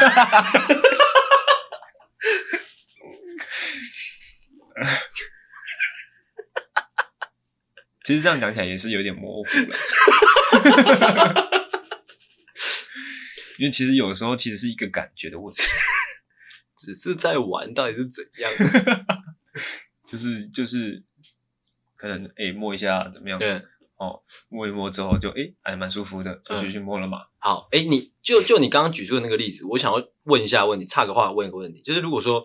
B: 其实这样讲起来也是有点模糊了， 因为其实有时候其实是一个感觉的问题，
A: 只是在玩，到底是怎样？
B: 就是就是可能诶、摸一下怎么样，
A: 对，
B: 摸一摸之后就诶、还蛮舒服的，就
A: 嗯
B: 继续摸了嘛。
A: 好，哎、你就就你刚刚举出的那个例子，我想要问一下问题，岔个话问一个问题，就是如果说，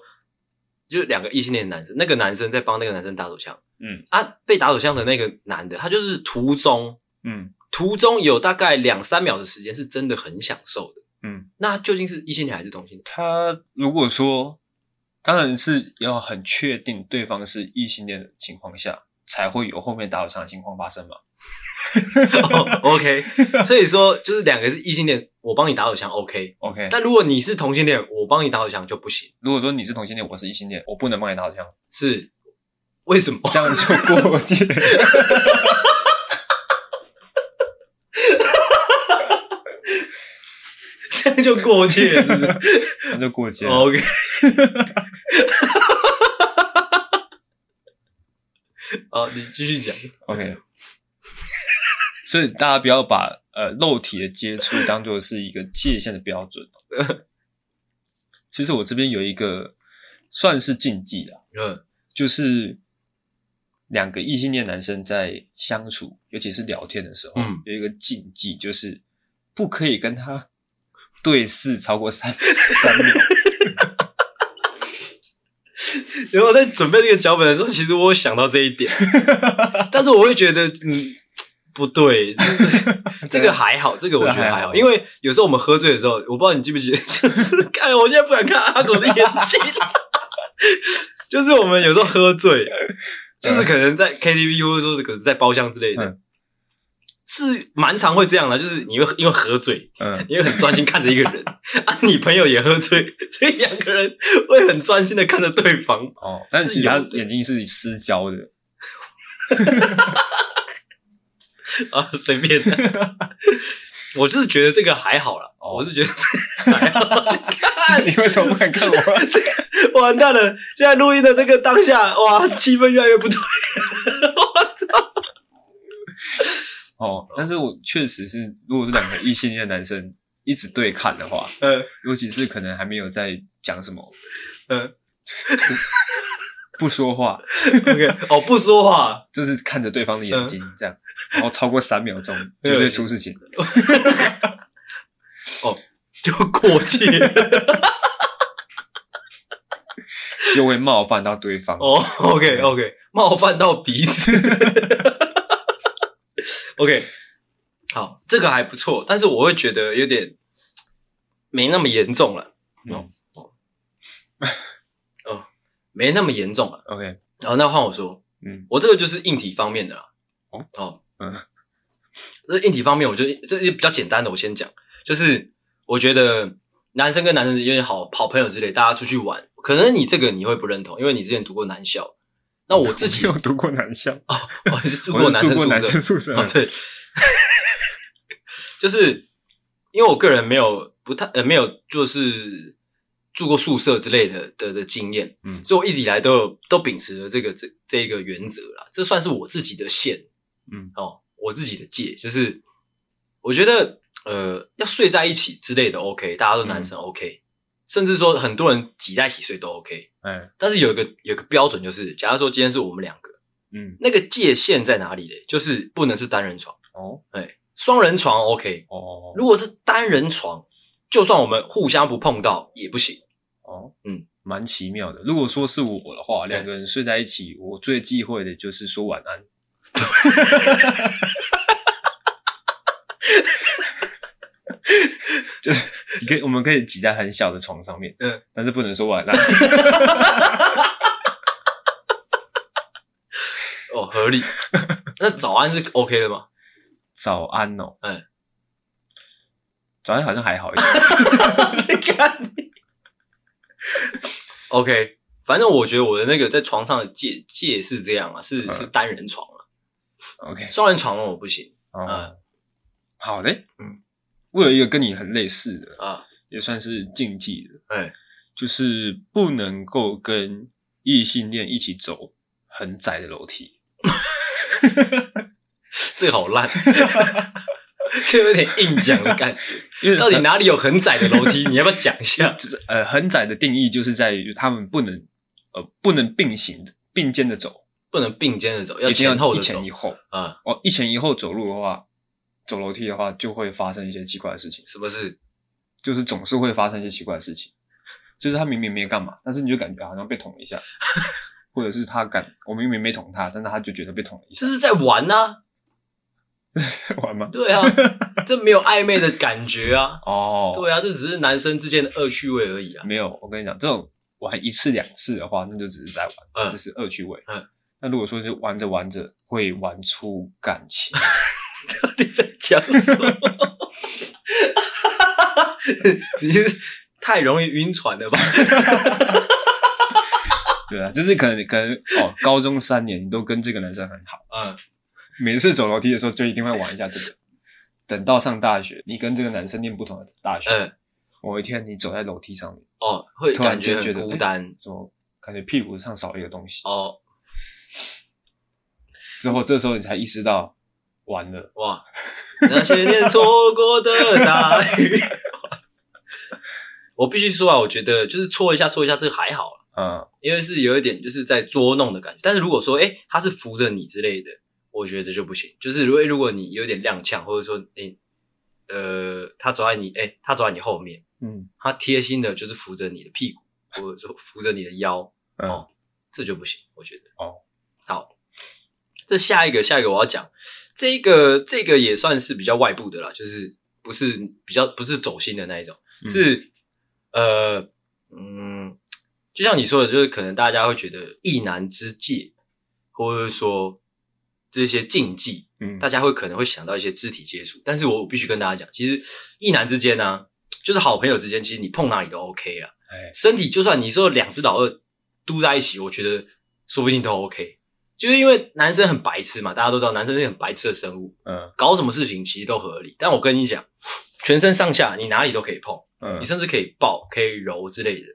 A: 就是两个异性恋的男生，那个男生在帮那个男生打手枪，
B: 嗯
A: 啊，被打手枪的那个男的，他就是途中
B: 嗯
A: 途中有大概两三秒的时间是真的很享受的，
B: 嗯，
A: 那究竟是异性恋还是同性恋？
B: 他如果说当然是要很确定对方是异性恋的情况下，才会有后面打手枪的情况发生嘛。
A: 哦 OK，所以说就是两个是异性恋，我帮你打手枪 OK，
B: OK，
A: 但如果你是同性恋，我帮你打手枪就不行，
B: 如果说你是同性恋，我是异性恋，我不能帮你打手枪，
A: 是为什么？
B: 这样就过界。
A: 这样就过界是不是哦
B: 那就过界了。
A: ？OK，好，你继续讲。
B: OK，所以大家不要把呃肉体的接触当做是一个界限的标准。 其实我这边有一个算是禁忌啊，
A: 嗯
B: 就是两个异性恋男生在相处，尤其是聊天的时候，
A: 嗯
B: 有一个禁忌，就是不可以跟他对视超过三 三秒。
A: 然后我在准备这个脚本的时候，其实我有想到这一点，但是我会觉得，嗯，不对，这这个还好，这个我觉得
B: 这还
A: 还
B: 好
A: 好，因为有时候我们喝醉的时候，我不知道你记不记得，就是看我现在不敢看阿狗的眼睛， 就是我们有时候喝醉，就是可能在 KTV 或者说可能在包厢之类的，
B: 嗯
A: 是蛮常会这样的，就是你会因为喝醉，
B: 嗯，
A: 因为很专心看着一个人啊，你朋友也喝醉，所以两个人会很专心的看着对方。
B: 哦，但是
A: 是
B: 其实他
A: 有的
B: 眼睛是失焦的，
A: 啊，随便的。我就是觉得这个还好啦，我是觉得 这个还好。哎
B: 你为什么不敢看我？
A: 完蛋了，现在录音的这个当下，哇，气氛越来越不对。
B: 哦，但是我确实是，如果是两个异性恋男生 一直对看的话，
A: 嗯
B: 尤其是可能还没有在讲什么，
A: 嗯
B: 不说话，
A: ，OK，哦，不说话，
B: 就是看着对方的眼睛这样，然后超过三秒 钟绝对出事情。
A: 就过界了。
B: 就会冒犯到对方。
A: 哦，OK OK，冒犯到彼此。OK，好，这个还不错，但是我会觉得有点没那么严重了。
B: 嗯
A: 哦哦哦，没那么严重了。
B: OK，
A: 然后那换我说，
B: 嗯，
A: 我这个就是硬体方面的啦。
B: 哦
A: 哦，
B: 嗯，
A: 这硬体方面，我就这是比较简单的，我先讲，就是我觉得男生跟男生之间好好朋友之类，大家出去玩，可能你这个你会不认同，因为你之前读过男校。那我自
B: 自
A: 己
B: 有读过男校，
A: 我也是住
B: 我
A: 过
B: 是
A: 男
B: 住
A: 生宿
B: 过男
A: 舍
B: 生，宿 舍。
A: 哦，对，就是因为我个人没有不太呃没有就是住过宿舍之类的的的经验，
B: 嗯
A: 所以我一直以来都有都秉持了这个这这一个原则啦，这算是我自己的线，
B: 嗯，
A: 哦，我自己的界，就是我觉得呃要睡在一起之类的 OK，大家都男
B: 嗯
A: 生 OK，、甚至说很多人挤在一起睡都 OK，
B: 哎，
A: 但是有一个有一个标准就是，假如说今天是我们两个。
B: 嗯，
A: 那个界限在哪里嘞？就是不能是单人床，
B: 哦，
A: 哎，双人床 OK。
B: 哦，
A: 如果是单人床，就算我们互相不碰到也不行。
B: 哦，
A: 嗯，
B: 蛮奇妙的。如果说是我的话，
A: 对
B: 两个人睡在一起，我最忌讳的就是说晚 安。就是你可以，我们可以挤在很小的床上面，
A: 嗯，
B: 但是不能说晚 安。
A: 哦，合 理。那早安是 OK 的吗？
B: 早安哦，
A: 嗯，
B: 早安好像还好 一点。
A: 你看你 OK，反正我觉得我的那个在床上的界界是这样啊，是
B: 嗯
A: 是单人床啊，
B: OK，
A: 双人床我不行
B: 哦
A: 嗯，
B: 好嘞，
A: 嗯，
B: 我有一个跟你很类似的，
A: 啊。
B: 也算是禁忌的，
A: 哎，
B: 就是不能够跟异性恋一起走很窄的楼梯。
A: 这个好 烂，这有点硬讲的感觉。
B: 因为
A: 到底哪里有很窄的楼梯？你要不要讲一下？
B: 就是呃，很窄的定义就是在于他们不能呃不能并行的并肩的走，
A: 不能并肩的走，要
B: 一定要
A: 前后
B: 一
A: 的走
B: 前一后
A: 啊。
B: 哦，一前一后走路的话，走楼梯的话就会发生一些奇怪的事情，
A: 什么事？
B: 就是总是会发生一些奇怪的事情，就是他明明没干嘛，但是你就感觉好像被捅了 一下，或者是他感我明明没捅他，但是他就觉得被捅了一下
A: 这，是在玩啊呐、
B: 玩吗？
A: 对啊，这没有暧昧的感觉啊，
B: 哦，
A: 对啊，这只是男生之间的恶趣味而已啊。
B: 没有，我跟你讲，这种玩一次两次的话，那就只是在玩，
A: 嗯
B: 这是恶趣味。
A: 嗯，
B: 那如果说就玩着玩着会玩出感情，
A: 到底在讲什么？ 你是太容易晕船了吧？
B: 对啊，就是可能可能哦，高中三年你都跟这个男生很好，
A: 嗯，
B: 每次走楼梯的时候就一定会玩一下这个。等到上大学，你跟这个男生念不同的大学，
A: 嗯
B: 某一天你走在楼梯上面，
A: 哦，会
B: 突然
A: 感
B: 间
A: 很
B: 觉得
A: 孤单
B: 怎么感觉屁股上少了一个东西？
A: 哦，
B: 之后这时候你才意识到，完了，
A: 哇，那些年错过的 大雨。我必须说啊，我觉得就是搓一下搓一下，这个还好啊
B: 嗯，
A: 因为是有一点就是在捉弄的感觉。但是如果说，哎、他是扶着你之类的，我觉得就不行。就是如果如果你有点踉跄，或者说，哎、呃，他走在你，哎、他走在你后面，
B: 嗯，
A: 他贴心的就是扶着你的屁股，或者说扶着你的腰，
B: 嗯
A: 哦，这就不行，我觉得。
B: 哦，
A: 好，这下一个，下一个我要讲，这个这个也算是比较外部的啦，就是不是比较不是走心的那一种，
B: 嗯
A: 是呃嗯，就像你说的，就是可能大家会觉得意难之戒，或者说这些禁忌，
B: 嗯，
A: 大家会可能会想到一些肢体接触，但是我必须跟大家讲，其实一男之间呢、啊就是好朋友之间，其实你碰哪里都 OK 啦。
B: 哎，
A: 身体就算你说两只老二嘟在一起，我觉得说不定都 OK，就是因为男生很白痴嘛，大家都知道男生是很白痴的生物，
B: 嗯
A: 搞什么事情其实都合理。但我跟你讲，全身上下你哪里都可以碰，
B: 嗯
A: 你甚至可以抱、可以揉之类的。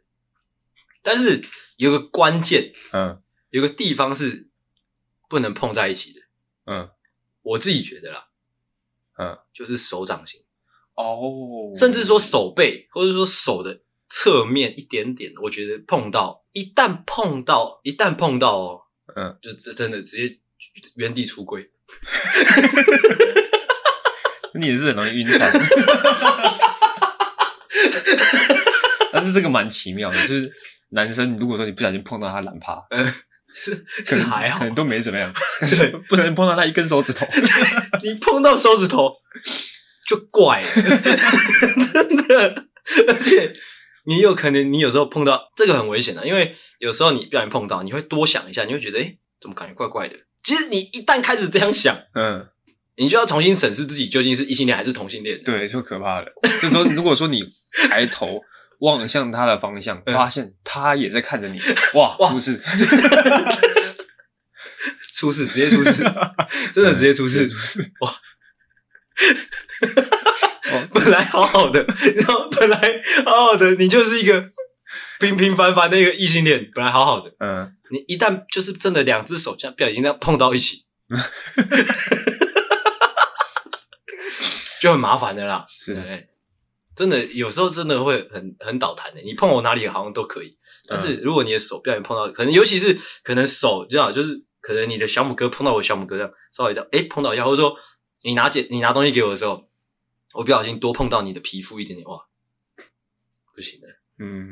A: 但是有个关键，
B: 嗯
A: 有个地方是不能碰在一起的，
B: 嗯，
A: 我自己觉得啦，
B: 嗯，
A: 就是手掌心，
B: 哦，
A: 甚至说手背，或者说手的侧面一点点，我觉得碰到，一旦碰到，一旦碰到哦，
B: 嗯，
A: 就这真的直接原地出柜。
B: 你也是很容易晕船。 但是这个蛮奇妙的，就是男生如果说你不小心碰到他懒趴，可
A: 是
B: 能
A: 还好
B: 可，能都没怎么样，
A: 对
B: 不小心碰到他一根手指头，
A: 你碰到手指头就怪了， 真的。而且你有可能，你有时候碰到这个很危险的、因为有时候你不小心碰到，你会多想一下，你会觉得，哎、怎么感觉怪怪的？其实你一旦开始这样想，
B: 嗯，
A: 你就要重新审视自己究竟是异性恋还是同性恋。，
B: 对，就可怕了。就是说，如果说你抬头望向他的方向，
A: 嗯
B: 发现他也在看着 你，哇，
A: 哇
B: 出事，
A: 出事直接出事，真的直接出事。
B: 哦
A: 本来好好的，然后本来好好的，你就是一个平平凡凡的一个异性恋，本来好好的，
B: 嗯，
A: 你一旦就是真的两只手这样不小心这样碰到一起，就很麻烦的啦。
B: 是的
A: 对，真的有时候真的会很很倒弹的、你碰我哪里好像都可以，但是
B: 嗯
A: 如果你的手不小心碰到，可能尤其是可能手这样，就是可能你的小拇哥碰到我小拇哥这样，稍微这样，哎、碰到一下，或者说你拿姐你拿东西给我的时候，我不小心多碰到你的皮肤一点点，哇，不行的。
B: 嗯，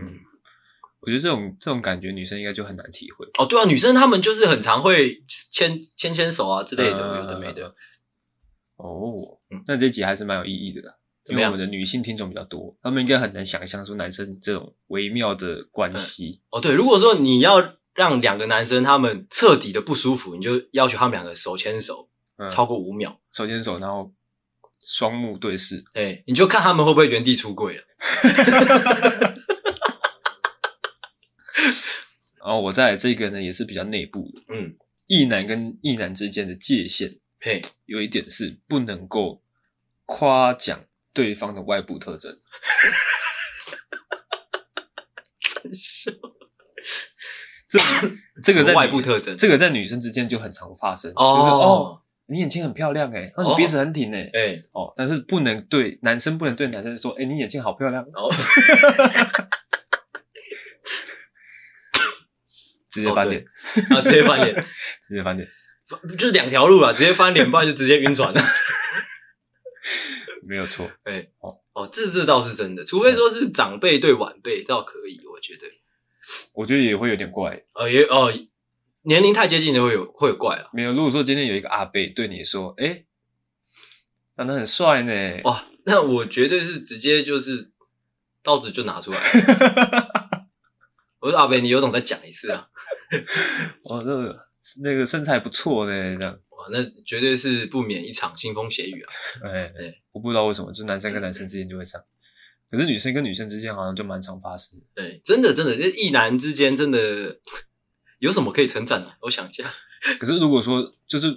B: 我觉得这种这种感觉，女生应该就很难体会。
A: 哦，对啊，女生她们就是很常会牵牵牵手啊之类的，
B: 嗯
A: 有的没的。
B: 哦
A: 嗯，
B: 那这集还是蛮有意义的啦，
A: 怎
B: 因
A: 么
B: 为
A: 样
B: 我们的女性听众比较多，她们应该很难想象说男生这种微妙的关系。
A: 哦，对，如果说你要让两个男生他们彻底的不舒服，你就要求他们两个手牵手
B: 嗯，
A: 超过五秒，
B: 手牵手，然后双目对视，
A: 哎、你就看他们会不会原地出柜了。
B: 然后我在这个呢也是比较内部的，
A: 嗯，
B: 异男跟异男之间的界限
A: 嘿，
B: 有一点是不能够夸奖对方的外部 特征。这这个在
A: 什么外
B: 女
A: 部特征
B: 这个在女生之间就很常发生，就是哦，
A: 哦，
B: 你眼睛很漂亮哎，那
A: 哦
B: 你鼻子很挺哎，
A: 哎、
B: 哦，但是不能对男生不能对男生说，哎，你眼睛好漂亮，
A: 然后
B: 直接翻脸，
A: 啊，直接翻脸，
B: 直接翻脸，
A: 就是两条路了，直接翻脸，不然就直接晕船了。
B: 没有错，
A: 哎、
B: 哦
A: 哦，这这倒是真的，除非说是长辈对晚辈倒可以，我觉得。
B: 我觉得也会有点怪。
A: 哦，也哦，年龄太接近的会有会有怪啊。
B: 没有，如果说今天有一个阿伯对你说，哎，长得很帅呢，
A: 哇，那我绝对是直接就是刀子就拿出来。 我说阿北，你有种再讲一次啊！
B: 哦，那个那个身材不错呢，这样，
A: 哇，那绝对是不免一场腥风血雨啊！
B: 哎
A: 对，
B: 我不知道为什么，就是男生跟男生之间就会这样，可是女生跟女生之间好像就蛮常发生的。
A: 对，真的真的，这异男之间真的 有什么可以称赞的？啊我想一下，
B: 可是如果说就是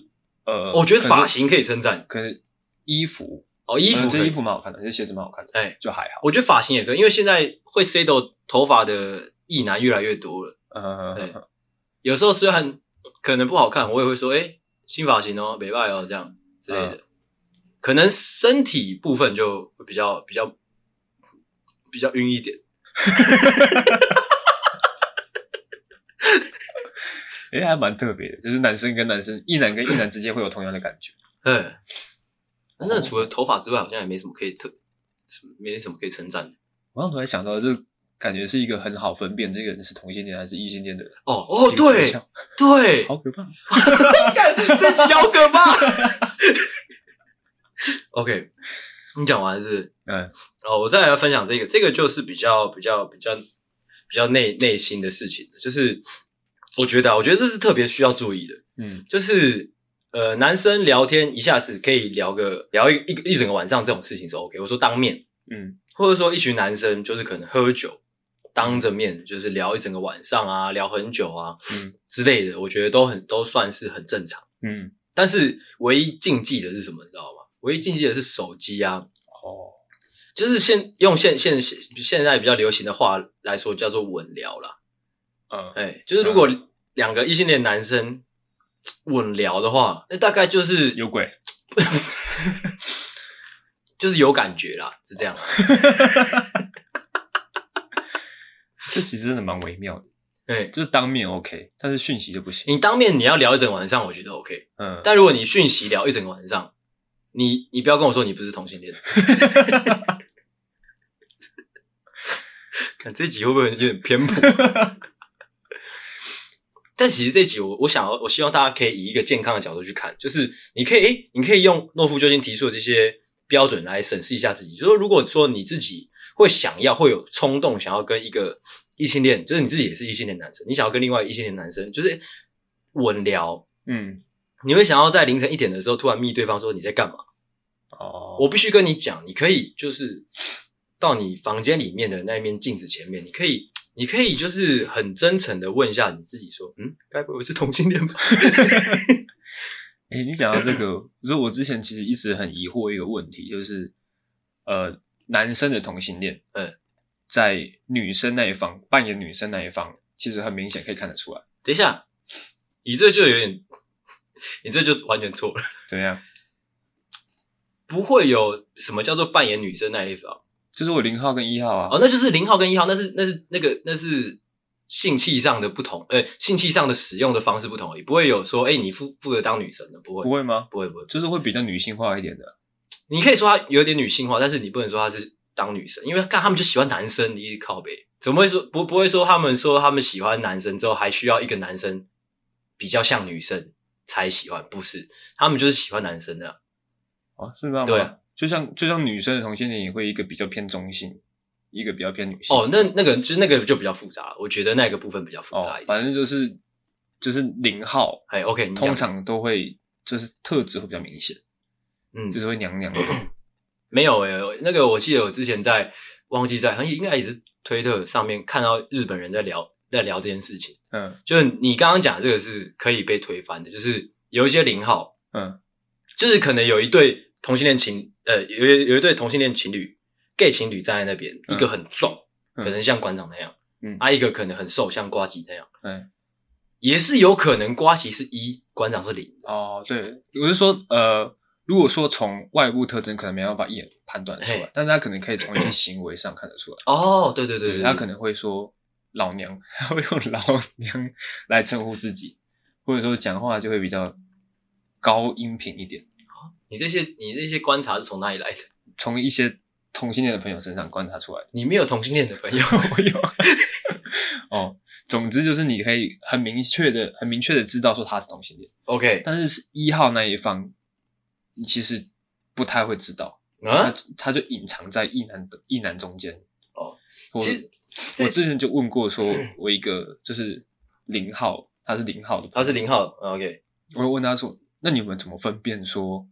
B: 呃，
A: 我觉得
B: 可能
A: 发型可以称赞
B: 可能衣服，
A: 哦，衣
B: 嗯
A: 服
B: 这
A: 可
B: 衣
A: 以，
B: 服蛮好看的，这鞋子蛮好看的，
A: 哎，
B: 就还好。
A: 我觉得发型也可以，因为现在会 C 到头发的异男越来越多了。对
B: 呃，
A: 有时候虽然可能不好看，我也会说，哎、新发型哦，美败哦，这样之类的。可能身体部分就比较比较比较晕一点。
B: 哎、还蛮特别的，就是男生跟男生，一男跟一男之间会有同样的感觉。
A: 哎，那真的除了头发之外，好像也没什么可以特，没什么可以称赞的。
B: 我刚突然想到，这感觉是一个很好分辨这个人是同性恋还是异性恋的人。
A: 哦哦，
B: 性取
A: 对
B: 向
A: 对，
B: 好可怕。
A: 干这集好可怕。OK，你讲完了是不是
B: 嗯，
A: 哦，我再来分享这个，这个就是比较比较比较比较内内心的事情，就是我觉得、啊，我觉得这是特别需要注意的，
B: 嗯，
A: 就是呃，男生聊天一下子可以聊个聊一一个一整个晚上这种事情是 OK，我说当面，
B: 嗯，
A: 或者说一群男生就是可能喝酒，当着面就是聊一整个晚上啊，聊很久啊，
B: 嗯
A: 之类的，我觉得都很都算是很正常。
B: 嗯，
A: 但是唯一禁忌的是什么，你知道吗？唯一禁忌的是手机啊，
B: 哦，
A: 就是现用现现现现在比较流行的话来说，叫做稳聊啦。
B: 嗯，
A: 哎、就是如果两个异性恋男生稳聊的话，那大概就是
B: 有鬼。
A: 就是有感觉啦，是这样。
B: 这其实真的蛮微妙的，
A: 哎、
B: 就是当面 OK，但是讯息就不行。
A: 你当面你要聊一整晚上，我觉得 OK。
B: 嗯，
A: 但如果你讯息聊一整个晚上，你你不要跟我说你不是同性恋。 看这集会不会有点偏颇？ 但其实这集我我想要，我希望大家可以以一个健康的角度去看，就是你可以，诶、你可以用诺夫究竟提出的这些标准来审视一下自己。就是说如果说你自己会想要，会有冲动想要跟一个异性恋，就是你自己也是异性恋男生，你想要跟另外一个异性恋男生就是稳聊，
B: 嗯，
A: 你会想要在凌晨一点的时候突然密对方说你在干嘛？
B: 哦，
A: 我必须跟你讲，你可以就是到你房间里面的那一面镜子前面，你可以，你可以就是很真诚的问一下你自己说，嗯，该不会是同性恋吧？
B: 哎、你讲到这个，就是我之前其实一直很疑惑一个问题，就是呃，男生的同性恋，
A: 嗯，
B: 在女生那一方扮演女生那一方，其实很明显可以看得出来，
A: 等一下，你这就有点，你这就完全错了。
B: 怎么样？
A: 不会有什么叫做扮演女生那一方
B: 就是我零号跟一号啊，
A: 哦，那就是零号跟一号，那是那是那个那是性器上的不同，呃，性器上的使用的方式不同而已，不会有说，哎、你负负责当女生的，不会，
B: 不会吗？
A: 不会，不会。
B: 就是会比较女性化一点的，
A: 你可以说她有点女性化，但是你不能说她是当女生，因为看他们就喜欢男生，你靠北，怎么会说不不会说他们说他们喜欢男生之后还需要一个男生比较像女生才喜欢？不是，他们就是喜欢男生的。
B: 哦，是这样吗？
A: 对啊
B: 就像就像女生的同性恋也会一个比较偏中性，一个比较偏女性。
A: 哦，那那个其实那个就比较复杂了，我觉得那个部分比较复杂
B: 哦
A: 一，点。
B: 反正就是就是零号，
A: 哎、o k 你讲
B: 通常都会就是特质会比较明显，
A: 嗯
B: 就是会娘娘的。
A: 没有诶、那个我记得我之前在忘记在好像应该也是推特上面看到日本人在聊在聊这件事情，
B: 嗯
A: 就是你刚刚讲的这个是可以被推翻的，就是有一些零号。
B: 嗯
A: 就是可能有一对同性恋情，呃，有一有一对同性恋情侣，gay 情侣站在那边，
B: 嗯
A: 一个很壮，
B: 嗯
A: 可能像馆长那样，
B: 嗯
A: 啊，一个可能很瘦，像瓜吉那样，
B: 嗯，
A: 也是有可能瓜吉是一，馆长是零，
B: 哦，对，我是说，呃，如果说从外部特征可能没办法一眼判断得出来
A: 嘿，
B: 但是他可能可以从一些行为上看得出来。
A: 哦，对对对
B: 他可能会说老娘， 他会用老娘来称呼自己，或者说讲话就会比较高音频一点。
A: 你这些你这些观察是从哪里来的？
B: 从一些同性恋的朋友身上观察出来 的。
A: 你没有同性恋的朋 友
B: 我有。哦，总之就是你可以很明确的、很明确的知道说他是同性恋，
A: ，OK，
B: 但是是一号那一方，你其实不太会知道，
A: 啊
B: 他，他就隐藏在一男的一男中间。
A: 哦
B: 我，
A: 其实这
B: 我之前就问过说，我一个就是零号，他是零号的，
A: 他是，零号啊，OK，
B: 我就问他说，那你们怎么分辨说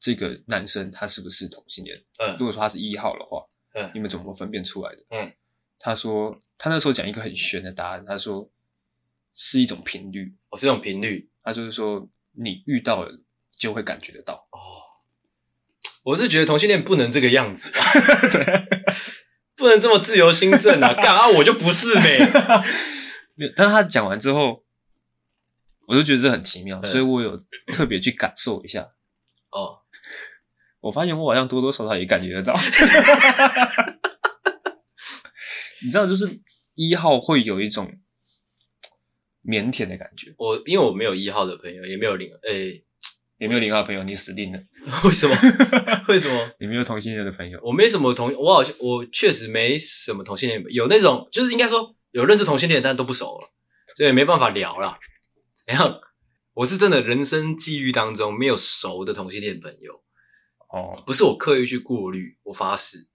B: 这个男生他是不是同性恋？如
A: 嗯
B: 果说他是一号的话，
A: 嗯
B: 你们怎么分辨出来的？
A: 嗯，
B: 他说他那时候讲一个很玄的答案，他说是一种频率，
A: 我是这种频率，
B: 他就是说你遇到了就会感觉得到。
A: 哦，我是觉得同性恋不能这个样子， 不能这么自由心证啊！干啊，我就不是呗。
B: 没有，但是他讲完之后，我就觉得这很奇妙，
A: 嗯
B: 所以我有特别去感受一下。
A: 哦，
B: 我发现我好像多多少少也感 觉得到，你知道，就是一号会有一种腼腆的感觉。
A: 我因为我没有一号的朋友，也没有零，诶、
B: 有没有零号朋友？你死定了！
A: 为什么？ 为什么？
B: 你没有同性恋的朋友，
A: 我没什么同，我好像我确实没什么同性恋，有那种就是应该说有认识同性恋，但都不熟了，所以没办法聊啦。怎样？我是真的人生际遇当中没有熟的同性恋朋友，
B: 哦
A: 不是我刻意去过滤，我发 誓，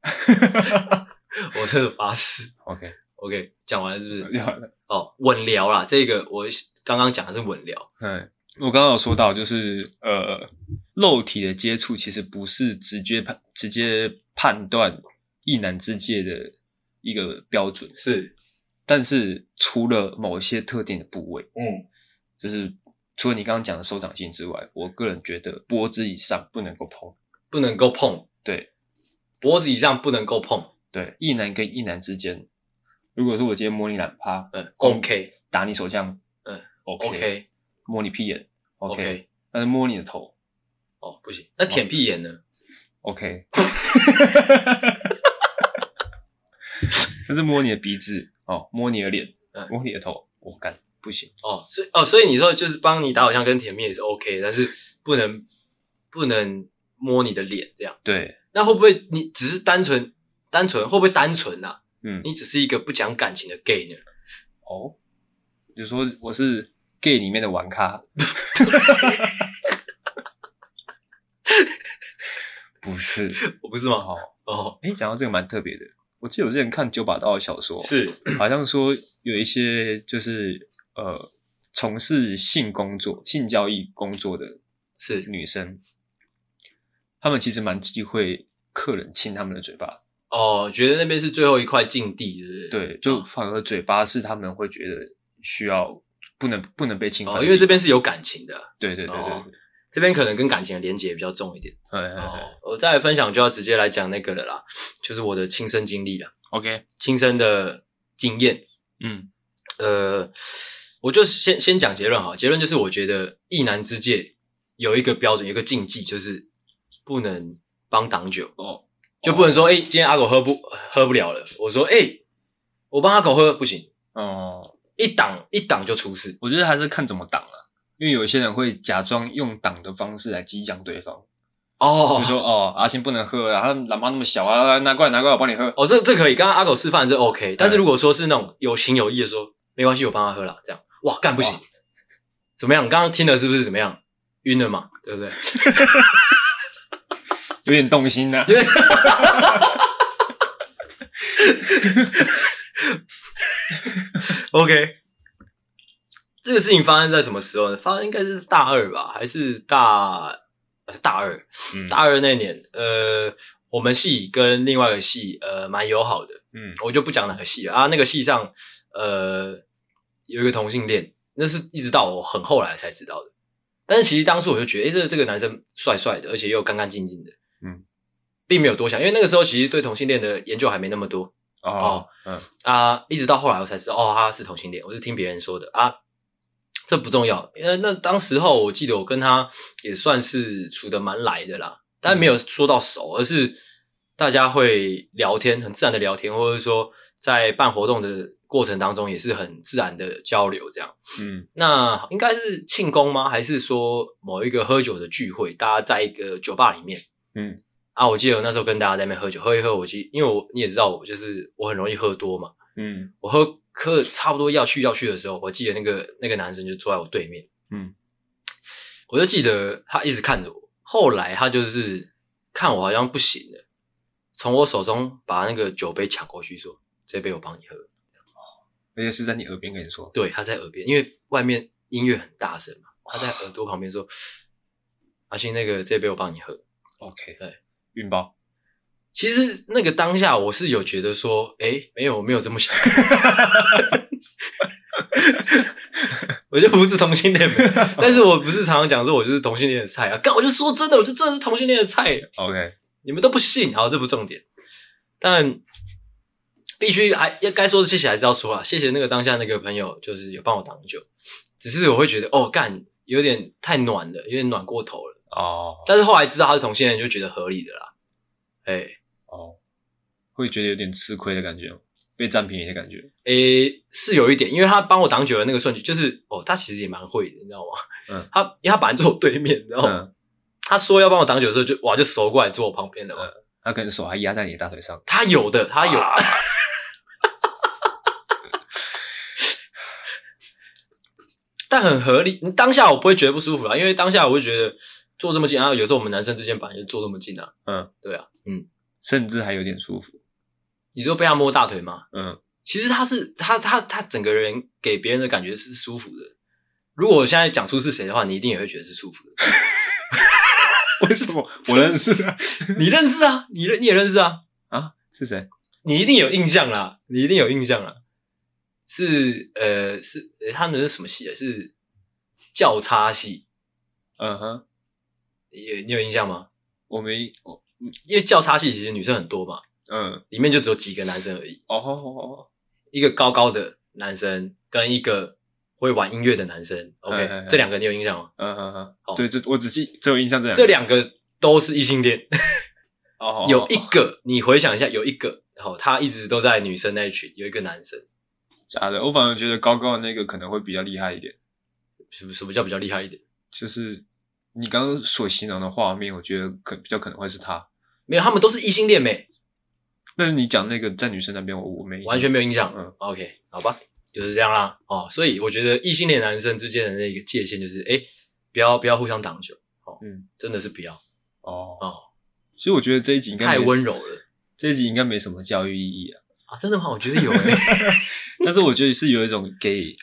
A: 我真的发誓。
B: ，OK，
A: OK，讲完了是不是？
B: 好了，
A: 哦，稳聊啦，这个我刚刚讲的是稳聊，
B: 嗯，我刚刚有说到，就是呃，肉体的接触其实不是直接判直接判断一男之界的一个标准，
A: 是，
B: 但是除了某一些特定的部位，
A: 嗯，
B: 就是除了你刚刚讲的手掌心之外，我个人觉得脖子以上不能够碰。
A: 不能够碰，
B: 对
A: 脖子以上不能够碰，
B: 对，一男跟一男之间，如果说我今天摸你懒趴，
A: 嗯，OK，OK，、
B: 打你手枪，
A: 嗯
B: ，OK，, 摸你屁眼
A: OK，
B: 但是摸你的头
A: 哦，不行，那舔屁眼呢？
B: ，OK，但是摸你的鼻子哦，摸你的脸
A: 嗯，
B: 摸你的头，我干不行，
A: 哦，所以哦，所以你说就是帮你打手枪跟甜蜜也是 OK，但是不能不能摸你的脸这样。
B: 对，
A: 那会不会你只是单纯单纯会不会单纯啊？
B: 嗯，
A: 你只是一个不讲感情的 gay 呢？
B: 哦，就说我是 gay 里面的 玩咖，不是
A: 我不是吗？
B: 哦。
A: 哦，
B: 哎，讲到这个蛮特别的，我记得我之前看九把刀的小说，
A: 是，
B: 好像说有一些就是呃从事性工作、性交易工作的
A: 是
B: 女生，她们其实蛮忌讳客人亲她们的嘴巴，
A: 哦，觉得那边是最后一块禁地，是不哦是？
B: 对，就反而嘴巴是她们会觉得需要不能不能被侵犯的
A: 哦，
B: 地方，
A: 因为这边是有感情的，
B: 对对对对
A: 哦
B: 对，
A: 这边可能跟感情的连接比较重一点。
B: 哎哎哎
A: 哦，我再来分享就要直接来讲那个了啦，就是我的亲身经历啦，
B: ，OK，
A: 亲身的经验。
B: 嗯
A: 呃，我就先先讲结论哈，结论就是我觉得一男之界有一个标准，有一个禁忌，就是不能帮挡酒哦，就不能说哎、诶今天阿狗喝不喝不了了，我说哎、诶我帮阿狗喝不行，
B: 哦，
A: 一挡一挡就出事。
B: 我觉得还是看怎么挡了、因为有些人会假装用挡的方式来激将对方，
A: 哦
B: 就说哦，阿星不能喝啊，他懒妈那么小啊，拿过来拿过来，我帮你喝。
A: 哦，这这可以，刚刚阿狗示范这 OK，但是如果说是那种有情有义的说，没关系，我帮他喝了，这样哇，干不行
B: 哇，
A: 怎么样？刚刚听了是不是怎么样？晕了嘛，对不对？
B: 有点动心啊 呐、
A: OK，这个事情发生在什么时候呢？发生应该是大二吧，还是大呃大二？
B: 嗯
A: 大二那年，呃，我们系跟另外一个系呃蛮友好的，
B: 嗯
A: 我就不讲哪个系了啊。那个系上呃有一个同性恋，那是一直到我很后来才知道的。但是其实当初我就觉得，诶、这这个男生帅帅的，而且又干干净净的，
B: 嗯，
A: 并没有多想，因为那个时候其实对同性恋的研究还没那么多，
B: 哦，嗯
A: 啊，一直到后来我才知道，哦，他是同性恋，我是听别人说的啊。这不重要，因为那当时候我记得我跟他也算是处的蛮来的啦，但没有说到熟，而是大家会聊天，很自然的聊天，或者说在办活动的过程当中也是很自然的交流这样。
B: 嗯
A: 那应该是庆功吗？还是说某一个喝酒的聚会，大家在一个酒吧里面？
B: 嗯，
A: 啊，我记得我那时候跟大家在那边喝酒，喝一喝，我记，因为我你也知道我就是我很容易喝多嘛，
B: 嗯
A: 我喝喝差不多要去要去的时候，我记得那个那个男生就坐在我对面，
B: 嗯，
A: 我就记得他一直看着我。后来他就是看我好像不行了，从我手中把那个酒杯抢过去，说：“这杯我帮你喝。
B: 而且是在你耳边跟你说”，
A: 对，他在耳边，因为外面音乐很大声嘛，他在耳朵旁边说：“阿信，那个这杯我帮你喝。”
B: OK，
A: 对，
B: 运包，
A: 其实那个当下，我是有觉得说，哎、没有，我没有这么想， 我就不是同性恋嘛，但是我不是常常讲说我就是同性恋的菜啊，干，我就说真的，我就真的是同性恋的菜，
B: OK，
A: 你们都不信，好，这不重点，但必须还要该说的谢谢还是要说啊，谢谢那个当下那个朋友，就是有帮我挡酒，只是我会觉得，哦，干，有点太暖了，有点暖过头了，
B: 哦
A: 但是后来知道他是同性恋，就觉得合理的啦，哎、
B: 哦，会觉得有点吃亏的感觉吗，被占便宜的感觉，
A: 诶、是是有一点，因为他帮我挡酒的那个瞬间，就是哦，他其实也蛮会的，你知道吗？
B: 嗯，
A: 他因为他本来坐我对面，你知道吗？
B: 嗯，
A: 他说要帮我挡酒的时候就，哇就熟过来坐我旁边了嘛。
B: 他可能手还压在你的大腿上，
A: 他有的，他有。
B: 啊
A: 但很合理，嗯当下我不会觉得不舒服啦，因为当下我会觉得坐这么近，然后有时候我们男生之间本来就坐这么近啊，
B: 嗯，
A: 对啊，嗯，
B: 甚至还有点舒服。
A: 你说被他摸大腿吗？
B: 嗯，
A: 其实他是他他他整个人给别人的感觉是舒服的。如果我现在讲出是谁的话，你一定也会觉得是舒服的。
B: 为什么我认识啊？
A: 你认识啊，你认你也认识啊，
B: 啊，是谁？
A: 你一定有印象啦，你一定有印象啦。是呃是、呃他们是什么系的？是交叉系，
B: 嗯哼，
A: 你有你有印象吗？
B: 我没，我
A: 因为交叉系其实女生很多嘛，
B: 嗯，
A: 里面就只有几个男生而已，
B: 哦吼吼吼，
A: 一个高高的男生跟一个会玩音乐的男生。OK，、
B: 哎哎哎
A: 这两个你有印象吗？
B: 嗯哼哼，
A: 好
B: 对，这我只记只有印象这两个
A: 这两个都是异性恋。
B: 哦，
A: 有一
B: 哦
A: 个，你回想一下，有一个，好，他一直都在女生那一群，有一个男生，
B: 假的，我反而觉得高高的那个可能会比较厉害一点。
A: 什么什么叫比较厉害一点？
B: 就是你刚刚所形容的画面，我觉得可比较可能会是他。
A: 没有，他们都是异性恋没，
B: 但是你讲那个在女生那边，我我没印象
A: 完全没有影响。
B: 嗯
A: OK，好吧，就是这样啦。哦，所以我觉得异性恋男生之间的那个界限就是，哎、不要不要互相挡酒，哦，
B: 嗯，
A: 真的是不要，
B: 哦
A: 哦。
B: 所以我觉得这一集应该没
A: 太温
B: 什，
A: 柔了
B: 这一集应该没什么教育意义啊。
A: 啊！真的吗？我觉得有诶、
B: 但是我觉得是有一种给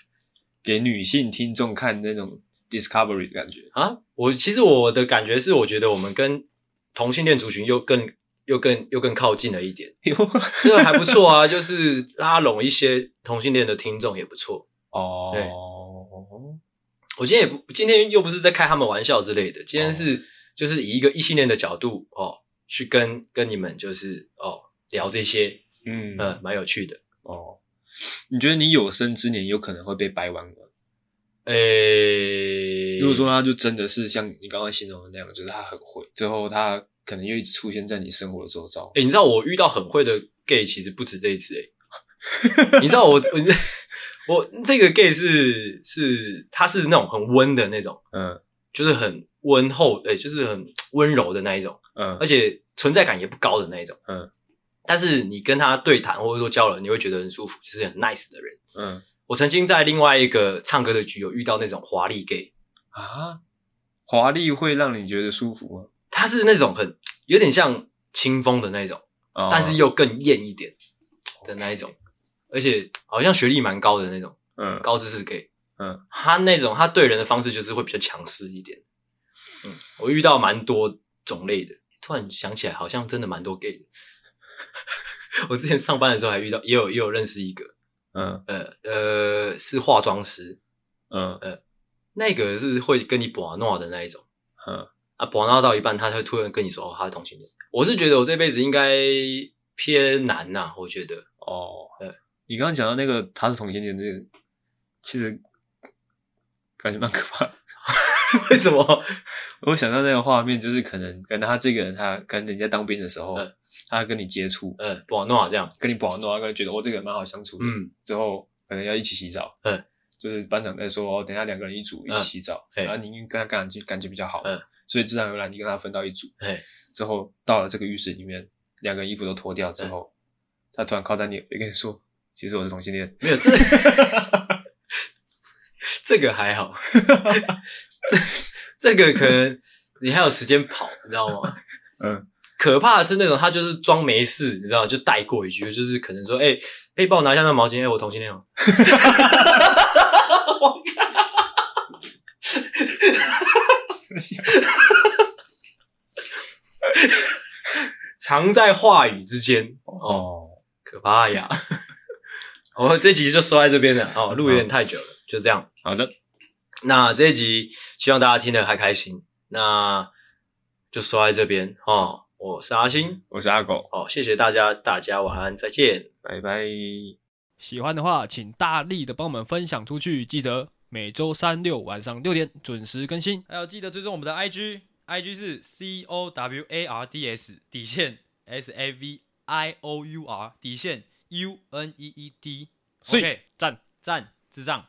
B: 给女性听众看那种 discovery 的感觉。
A: 啊，我其实我的感觉是，我觉得我们跟同性恋族群又更又更又更靠近了一点，这个还不错啊， 就是拉拢一些同性恋的听众也不错。对
B: 哦，
A: 我今天也不，今天又不是在开他们玩笑之类的，
B: 哦
A: 今天是、就是以一个异性恋的角度哦，去跟跟你们就是哦聊这些，
B: 嗯
A: 嗯，蛮有趣的。
B: 哦，你觉得你有生之年有可能会被掰弯吗？
A: 诶、
B: 如果说他就真的是像你刚刚形容的那样，就是他很会，之后他可能又一直出现在你生活的周遭。
A: 诶、你知道我遇到很会的 gay 其实不止这一次诶、你知道我 我 我这个 gay 是是他是那种很温的那种，
B: 嗯
A: 就是很温厚，诶、就是很温柔的那一种，
B: 嗯
A: 而且存在感也不高的那一种。
B: 嗯，
A: 但是你跟他对谈或者说交流，你会觉得很舒服，就是很 nice 的人。
B: 嗯
A: 我曾经在另外一个唱歌的局有遇到那种华丽 gay，
B: 啊，华丽会让你觉得舒服吗？
A: 他是那种很有点像清风的那种，
B: 哦
A: 但是又更艳一点的那一种，而且好像学历蛮高的那种
B: 嗯
A: 高知识 gay。
B: 嗯，
A: 他那种他对人的方式就是会比较强势一点。嗯，我遇到蛮多种类的，突然想起来好像真的蛮多 gay 的。 我之前上班的时候还遇到，也有也有认识一个，
B: 嗯
A: 呃呃，是化妆师，
B: 嗯
A: 那个是会跟你把闹的那一种
B: 嗯
A: 啊，把闹到一半，他会突然跟你说哦，他是同性恋。我是觉得我这辈子应该偏难呐、我觉得
B: 哦
A: 对，
B: 你刚刚讲到那个他是同性恋这个，其实感觉蛮可怕的。
A: 为什么？
B: 我想到那个画面，就是可能可能他这个人，他可能人家当兵的时候，
A: 嗯
B: 他跟你接触，
A: 呃，把闹这样，
B: 跟你不好弄，他可能觉得我、哦、这个人蛮好相处的，
A: 嗯，
B: 之后可能要一起洗澡，
A: 嗯，
B: 就是班长在说，哦，等一下两个人一组一起洗澡，
A: 嗯
B: 然后你跟他感情感情比较好，
A: 嗯，
B: 所以自然而然你跟他分到一组，
A: 哎，
B: 之后到了这个浴室里面，两个人衣服都脱掉
A: 嗯
B: 之后，他突然靠在你耳边跟你说，其实我是同性恋，
A: 没有这 这个还好， 这这个可能你还有时间跑，你知道吗？
B: 嗯
A: 可怕的是那种他就是装没事，你知道，就带过一句，就是可能说，哎、欸，可以帮我拿一下那毛巾，哎、我同性恋哦。藏在话语之间，
B: 哦，
A: 可怕呀！ 我这集就说在这边了，哦，录有点太久了，就这样。
B: 好的，
A: 那这一集希望大家听得还开心，那就说在这边哦。我是阿星，
B: 我是阿狗，
A: 哦，谢谢大家，大家晚安，再见。
B: 拜拜。
C: 喜欢的话，请大力的帮我们分享出去，记得每周三六晚上六点准时更新。
D: 还有记得追踪我们的 IG，IG 是 C O W A R D S 底线 S A V I O U R 底线 U N E E D。
C: 所以
D: OK，
C: 赞。
A: 赞智障。